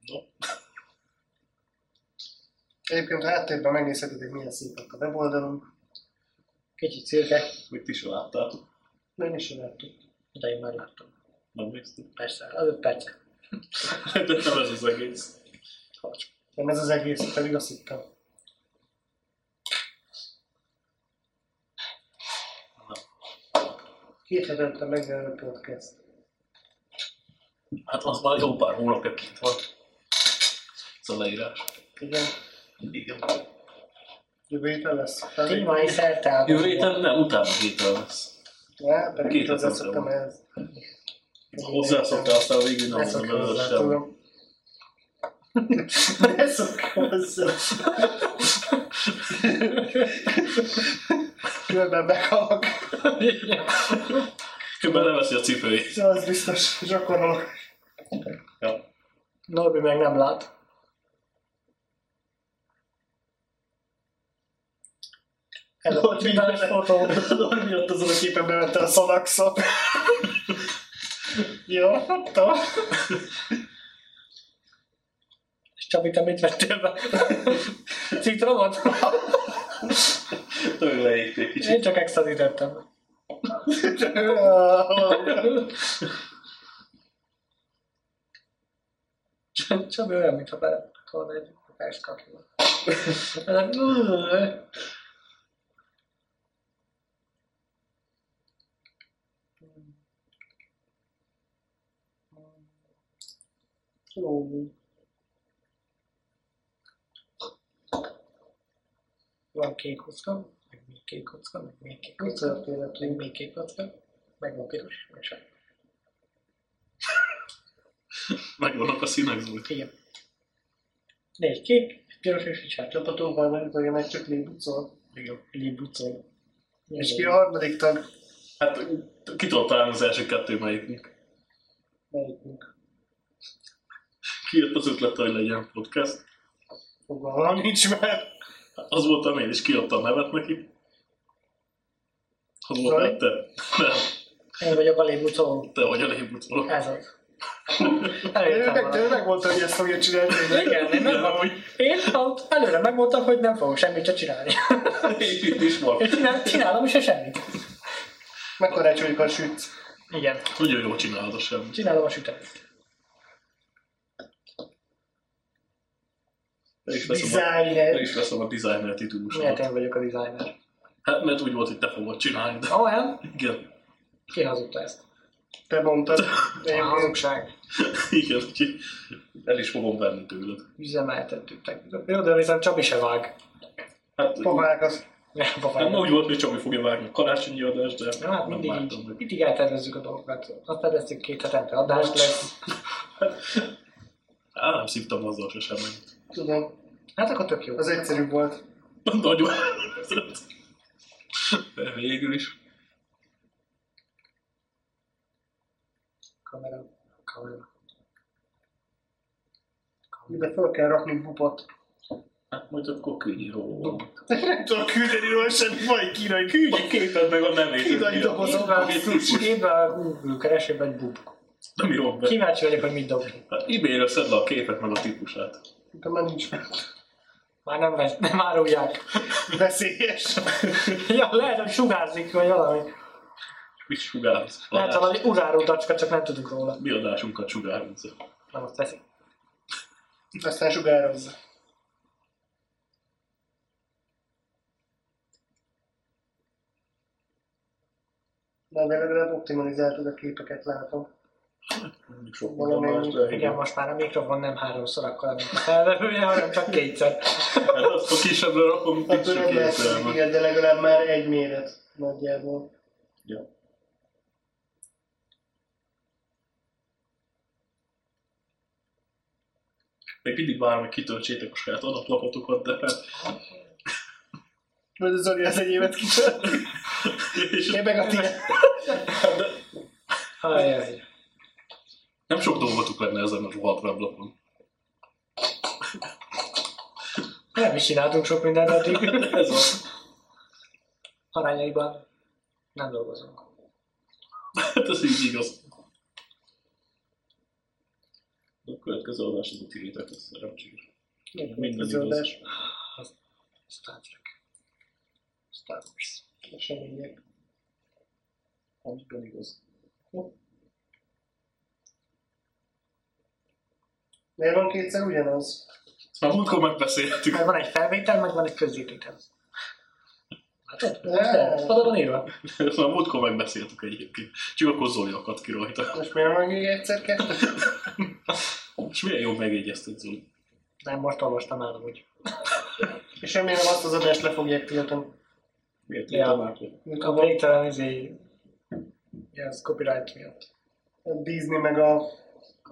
Speaker 1: No.
Speaker 2: Egyébként a háttérben megnézheted, hogy milyen szép lett a weboldalunk.
Speaker 3: Kicsit szürke,
Speaker 1: Még ti sem láttátok.
Speaker 2: Nem is láttuk.
Speaker 3: de én már láttam.
Speaker 1: Nem néztem.
Speaker 3: Persze, az öt perc.
Speaker 1: Hát nem ez az egész. Hacs.
Speaker 2: Nem ez az egész, pedig azt hittem. Két hetente megjelenő podcast.
Speaker 1: Hát az már jó pár hónapja kint van. Ez a leírás.
Speaker 2: Igen,
Speaker 1: Igen.
Speaker 2: jövő héten lesz.
Speaker 3: Tény van, és eltávol.
Speaker 1: Jövő héten nem, utána héten lesz.
Speaker 2: Ja, pedig
Speaker 1: Két
Speaker 2: hozzászoktam
Speaker 1: hetente
Speaker 2: ehhez.
Speaker 1: Hozzászokta aztán végül nem
Speaker 2: Ne szokj
Speaker 1: mondom
Speaker 2: hozzá,
Speaker 1: el sem.
Speaker 2: tudom. Ne szokj hozzá. Különben meghalok.
Speaker 1: Különben leveszi a cipőjét.
Speaker 2: Ja, az biztos, gyakorolok.
Speaker 1: Ja. <laughs>
Speaker 3: Norbi meg nem lát.
Speaker 2: Ez a csinálás fotó. Norbi ott azon a képen bevette a szanaxot. Jó, hatta.
Speaker 3: És Csabi, te mit vettél
Speaker 1: <laughs>
Speaker 3: be? Citromot?
Speaker 1: Tőle leégték kicsit.
Speaker 3: Én csak extazit ettem. Cs- Csabi olyan, mintha bele volna egy kokást kapni. Ezek, "Ugh."
Speaker 2: Jó.
Speaker 3: Van kék kocka, meg még kék kocka, meg még kék
Speaker 2: Mi
Speaker 3: kocka,
Speaker 2: történt?
Speaker 3: meg még kék kocka, meg van piros, meg sem.
Speaker 1: Megvannak a színek Zoli.
Speaker 3: Igen. Négy kék, egy piros és egy sárga.
Speaker 2: Csapatomban nem tudja, meg csak lébucol.
Speaker 3: Igen. Így bucol.
Speaker 2: És ki a harmadik tag?
Speaker 1: Hát ki tudott találni az első kettő melyiknek?
Speaker 2: Melyikünk?
Speaker 1: Ki jött az ötlet, hogy legyen podcast?
Speaker 2: Fogalmam nincs már.
Speaker 1: Az voltam én, és kiadta a nevet neki. Az
Speaker 2: Zoli?
Speaker 1: volt te. Nem,
Speaker 3: Én vagyok a lébucol.
Speaker 1: te vagy a
Speaker 3: <laughs>
Speaker 1: lébutoló.
Speaker 3: Ez az.
Speaker 2: Ő
Speaker 3: Előttem
Speaker 2: meg,
Speaker 3: van.
Speaker 2: ő meg volt, hogy ezt fogja csinálni.
Speaker 3: Igen, én nem
Speaker 1: hogy
Speaker 3: Én hát előre megmondtam, hogy nem fogok semmit se <laughs> csinálni.
Speaker 1: itt is van.
Speaker 3: És csinál, csinálom se semmit.
Speaker 2: Megkarácsoljuk süt.
Speaker 3: Igen.
Speaker 1: Nagyon jól csinálod a semmit.
Speaker 3: Csinálom a süteményt.
Speaker 1: Te is veszem a, te
Speaker 2: Designer.
Speaker 1: is veszem a designer titulusodat.
Speaker 3: Miért én vagyok a designer?
Speaker 1: Hát mert úgy volt, hogy te fogod csinálni, de
Speaker 3: Olyan?
Speaker 1: igen.
Speaker 3: Ki hazudta ezt?
Speaker 2: Te mondtad.
Speaker 3: A
Speaker 2: Én-
Speaker 3: hazugság.
Speaker 1: Igen, úgyhogy el is fogom venni tőled.
Speaker 3: üzemeltettük. Jó, de viszont Csabi se vág.
Speaker 1: Hát,
Speaker 2: Pohárk az.
Speaker 3: Nem,
Speaker 1: hát
Speaker 3: babám.
Speaker 1: úgy volt, hogy Csabi fogja vágni a karácsonyi adást, de
Speaker 3: Nem, hát
Speaker 1: nem
Speaker 3: mindig
Speaker 1: vártam
Speaker 3: így,
Speaker 1: meg.
Speaker 3: mindig eltervezzük a dolgokat. Azt terveztük két hetente adást lesz.
Speaker 1: Á, nem szívtam azzal se semmit.
Speaker 2: Tudom.
Speaker 3: Hát akkor tök jó.
Speaker 2: Az egyszerűbb volt.
Speaker 1: Nagyon. De végül is.
Speaker 3: Kamera. Kamera.
Speaker 2: Ide fel kell rakni bupot. <laughs>
Speaker 1: Hát majd akkor küldj róla.
Speaker 2: Nem tudok küldeni róla semmi, vagy kínai. Küldj!
Speaker 1: Képed meg a nevét.
Speaker 2: Kínai dobozom.
Speaker 3: Írva- Írva a Google keresőben egy bub.
Speaker 1: Nem írok be.
Speaker 3: Kíváncsi vagyok, hogy mit dobjuk.
Speaker 1: Hát ebay-re szedd le a képet meg a típusát.
Speaker 2: De már nincs meg.
Speaker 3: Már nem, vesz, nem árulják. <laughs>
Speaker 2: Veszélyes.
Speaker 3: ja, lehet, hogy sugárzik, vagy valami.
Speaker 1: Mit sugárhoz?
Speaker 3: Lehet Hát, valami uráró dacska, csak nem tudunk róla.
Speaker 1: Mi adásunkat sugárhoz?
Speaker 3: Nem azt teszik.
Speaker 2: Aztán sugározza. Na, de legalább optimalizáltad a képeket, látom.
Speaker 1: Sok
Speaker 2: Valami-
Speaker 1: mondanást, de
Speaker 3: Igen, most már a mikrofon nem háromszor akkor, amit a felvevője, hanem csak kétszer. <laughs>
Speaker 1: Hát azt a kisebbre rakom, mint
Speaker 2: Akkor
Speaker 1: csak
Speaker 2: nem lesz,
Speaker 1: kétszer.
Speaker 2: igen, de legalább már egy méret nagyjából.
Speaker 1: Ja. Még mindig várom, hogy kitöltsétek a saját adatlapatokat, de hát-
Speaker 2: <laughs> Mert az Zoli az enyémet kitört.
Speaker 1: és
Speaker 2: Én meg a tiéd.
Speaker 3: Ajaj.
Speaker 1: <laughs> nem sok dolgotuk lenne ezen a rohadt weblapon. <laughs>
Speaker 3: Nem is csináltunk sok mindent addig.
Speaker 1: <laughs> Ez az.
Speaker 3: Arányaiban nem dolgozunk.
Speaker 1: Hát ez így igaz. De a következő adás az a tiétek, ez szerencsére. Minden igaz.
Speaker 2: Közöldás.
Speaker 3: Star Trek. Star Wars.
Speaker 2: Események.
Speaker 1: Amiben igaz.
Speaker 2: Miért van kétszer ugyanaz?
Speaker 1: Ezt már múltkor megbeszéltük.
Speaker 3: Mert van egy felvétel, meg van egy Hát közzététel. Látod?
Speaker 2: Ja.
Speaker 3: Ez oda van írva.
Speaker 1: Ezt már múltkor megbeszéltük egyébként. Csak akkor Zoli akadt ki rajta.
Speaker 2: Most miért van még egyszer kettő?
Speaker 1: És milyen jó megjegyezted, Zoli.
Speaker 3: Nem, most olvastam el amúgy.
Speaker 2: És remélem azt az adást le fogják tiltani.
Speaker 1: Miért
Speaker 3: Ja.
Speaker 1: tudtam már? hogy-
Speaker 2: Mint
Speaker 3: A
Speaker 2: a
Speaker 3: végtelen izé... Ja, ez copyright miatt.
Speaker 2: Disney meg a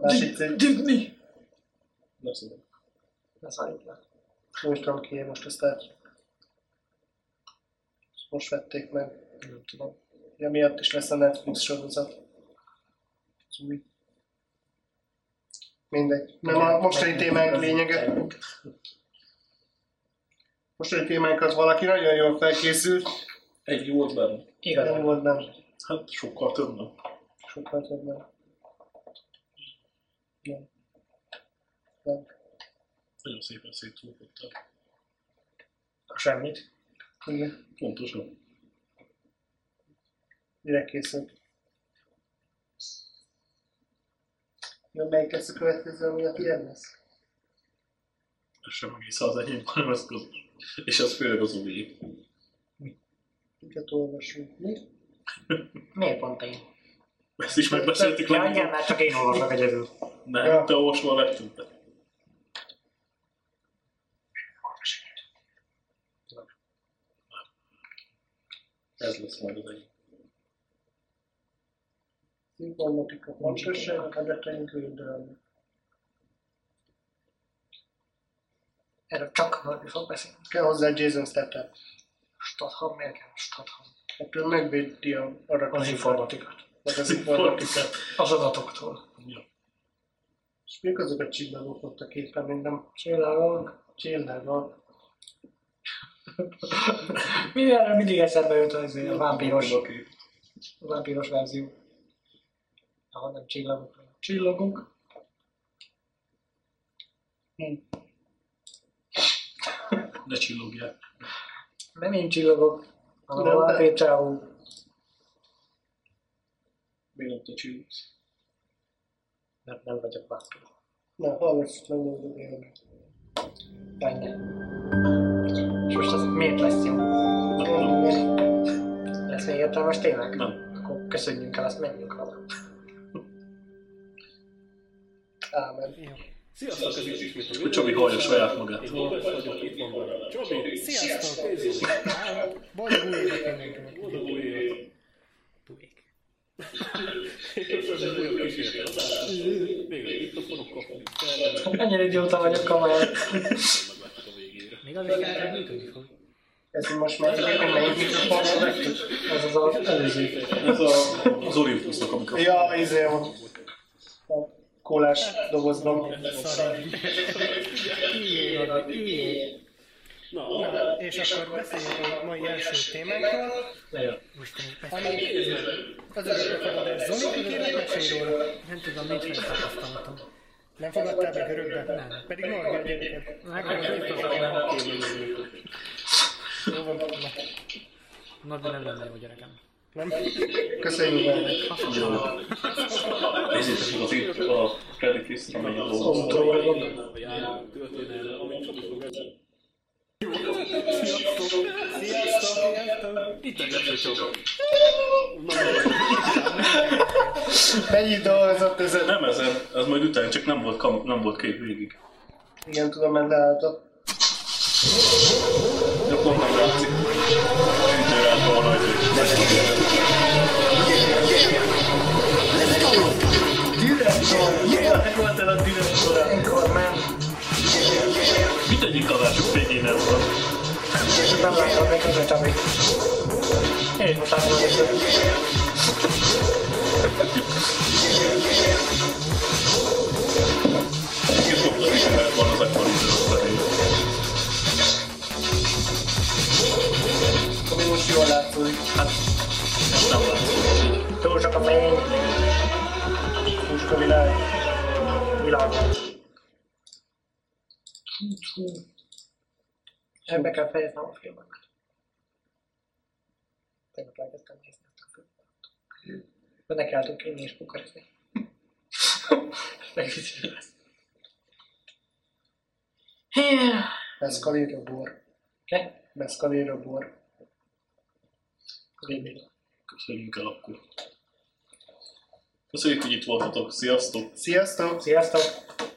Speaker 2: másik cég.
Speaker 3: Disney!
Speaker 1: Ne szólj.
Speaker 3: Ne szarjuk le.
Speaker 2: Nem is tudom ki, most ezt el... ezt Most vették meg.
Speaker 3: Nem tudom.
Speaker 2: Ja, miatt is lesz a Netflix sorozat. Az új. Mindegy. Nem a mostani témánk lényege. Mostani témánk az valaki nagyon jól felkészült.
Speaker 1: Egy jó volt benne.
Speaker 2: Nem
Speaker 3: Igazán.
Speaker 2: volt benne.
Speaker 1: Hát sokkal több nem.
Speaker 2: Sokkal több nem. Nem. Nem.
Speaker 1: Nagyon szépen szétfújtottam.
Speaker 3: Semmit.
Speaker 2: Igen.
Speaker 1: Pontosan.
Speaker 2: Mire készült? Jó, melyik lesz a következő, ami a tiéd lesz?
Speaker 1: Ez sem egész az enyém, hanem ez közös. És ez főleg az új.
Speaker 2: Miket olvasunk mi?
Speaker 3: Miért pont én?
Speaker 1: Ezt is megbeszéltük
Speaker 3: Ja, igen,
Speaker 1: legutóbb.
Speaker 3: már csak én olvasok egyedül.
Speaker 1: Nem,
Speaker 2: Ja.
Speaker 1: te olvasva a legtöbbet. Ez lesz majd az egyik.
Speaker 2: Informatika pontosság, adataink védelme.
Speaker 3: Erről csak valaki fog beszélni.
Speaker 2: Kell hozzá egy Jason Statham.
Speaker 3: Statham, miért kell Statham?
Speaker 2: Hát ő megvédi a arra
Speaker 3: Az informatikát.
Speaker 2: Meg az
Speaker 1: Az
Speaker 2: informatikát.
Speaker 1: informatikát.
Speaker 3: Az adatoktól.
Speaker 1: Ja.
Speaker 2: És még azok a csillagok ott a képen, mint nem
Speaker 3: Csillagok.
Speaker 2: csillagok.
Speaker 3: Mindenre mindig eszembe jut az a vámpíros,
Speaker 1: Oké.
Speaker 3: a vámpíros verzió. Ahol nem csillagok, hanem csillagok.
Speaker 2: Hm.
Speaker 1: Ne csillogjál.
Speaker 3: Nem én csillagok, hanem
Speaker 2: Nem,
Speaker 3: a
Speaker 2: de-
Speaker 3: vámpír csávó.
Speaker 1: Miért nem te csillogsz?
Speaker 3: Mert nem vagyok vámpír.
Speaker 2: Na, hallgass meg még a délben.
Speaker 3: Benne. És most ez miért lesz jó? Lesz még értelmes tényleg?
Speaker 1: Nem.
Speaker 3: Akkor köszönjünk el, azt menjünk haza.
Speaker 2: Ámen.
Speaker 4: Sziasztok, ez is ismét a
Speaker 1: Hogy Csabi hallja saját magát.
Speaker 4: Én Robert vagyok, itt van velem. Csabi,
Speaker 5: Sziasztok! Boldog új évet mindenkinek!
Speaker 4: boldog új évet!
Speaker 5: Buék.
Speaker 4: Köszönöm, hogy kísértetek. Végre mikrofonok kapunk fel,
Speaker 3: Ennyire idióta vagyok kamar.
Speaker 4: meglátjuk a végére.
Speaker 5: Még az is kár, hogy működni fog.
Speaker 2: Ez most már egyébként melyik mikrofonra vettük?
Speaker 3: Ez az a előző.
Speaker 1: Ez a, az Olympusnak, amikor
Speaker 2: Ja, izé a a kólás dobozban.
Speaker 5: Szarján. Üljél, üljél.
Speaker 4: Na,
Speaker 5: És akkor beszéljünk a mai első témánkról. Úristen, beszéljünk. Az örök fogadás Zoli, kérlek mesélj róla. Nem tudom, nincs meg tapasztalatom. Nem fogadtál meg örökbe? Nem. Pedig Norgi a gyereket. Nekem Jó van, Norgi nem lenne jó gyerekem. Nem?
Speaker 2: Köszönjük veled.
Speaker 1: nézzétek meg az itt a Credit List, amely az Olympus.
Speaker 4: a járunk történelme, amit Csabi fog ezzel.
Speaker 5: Sziasztok!
Speaker 4: Itt a Geci Csabi.
Speaker 2: Mennyi dolgozott ezen?
Speaker 1: Nem ezen, ez majd után, csak nem volt, kam- nem volt kép végig.
Speaker 2: Igen, tudom, mert leálltam.
Speaker 1: De pont nem látszik. Ütőrátban van rajta.
Speaker 2: Direktor! Milyen voltál a direktorát?
Speaker 3: Akkor már
Speaker 1: Mit egyik adások végén ez van?
Speaker 3: nem látom még az amit. Én most látom az ötöt.
Speaker 1: És ott az ütőrát van az akkor idő.
Speaker 2: Ami most jól látszódik.
Speaker 1: Ez nem látszik.
Speaker 3: Túl sok a fény,
Speaker 2: Puska világ.
Speaker 3: világos. Ebbe kell fejeznem a filmet. Tegnap elkezdtem nézni ezt a filmet. Benne keltünk inni és pukarezni. Megviccélve. Beszkaléra bor.
Speaker 1: Okay.
Speaker 3: Beszkaléra bor. Végig.
Speaker 1: Köszönjük el akkor. Köszönjük, hogy itt voltatok. Sziasztok!
Speaker 2: Sziasztok!
Speaker 3: Sziasztok!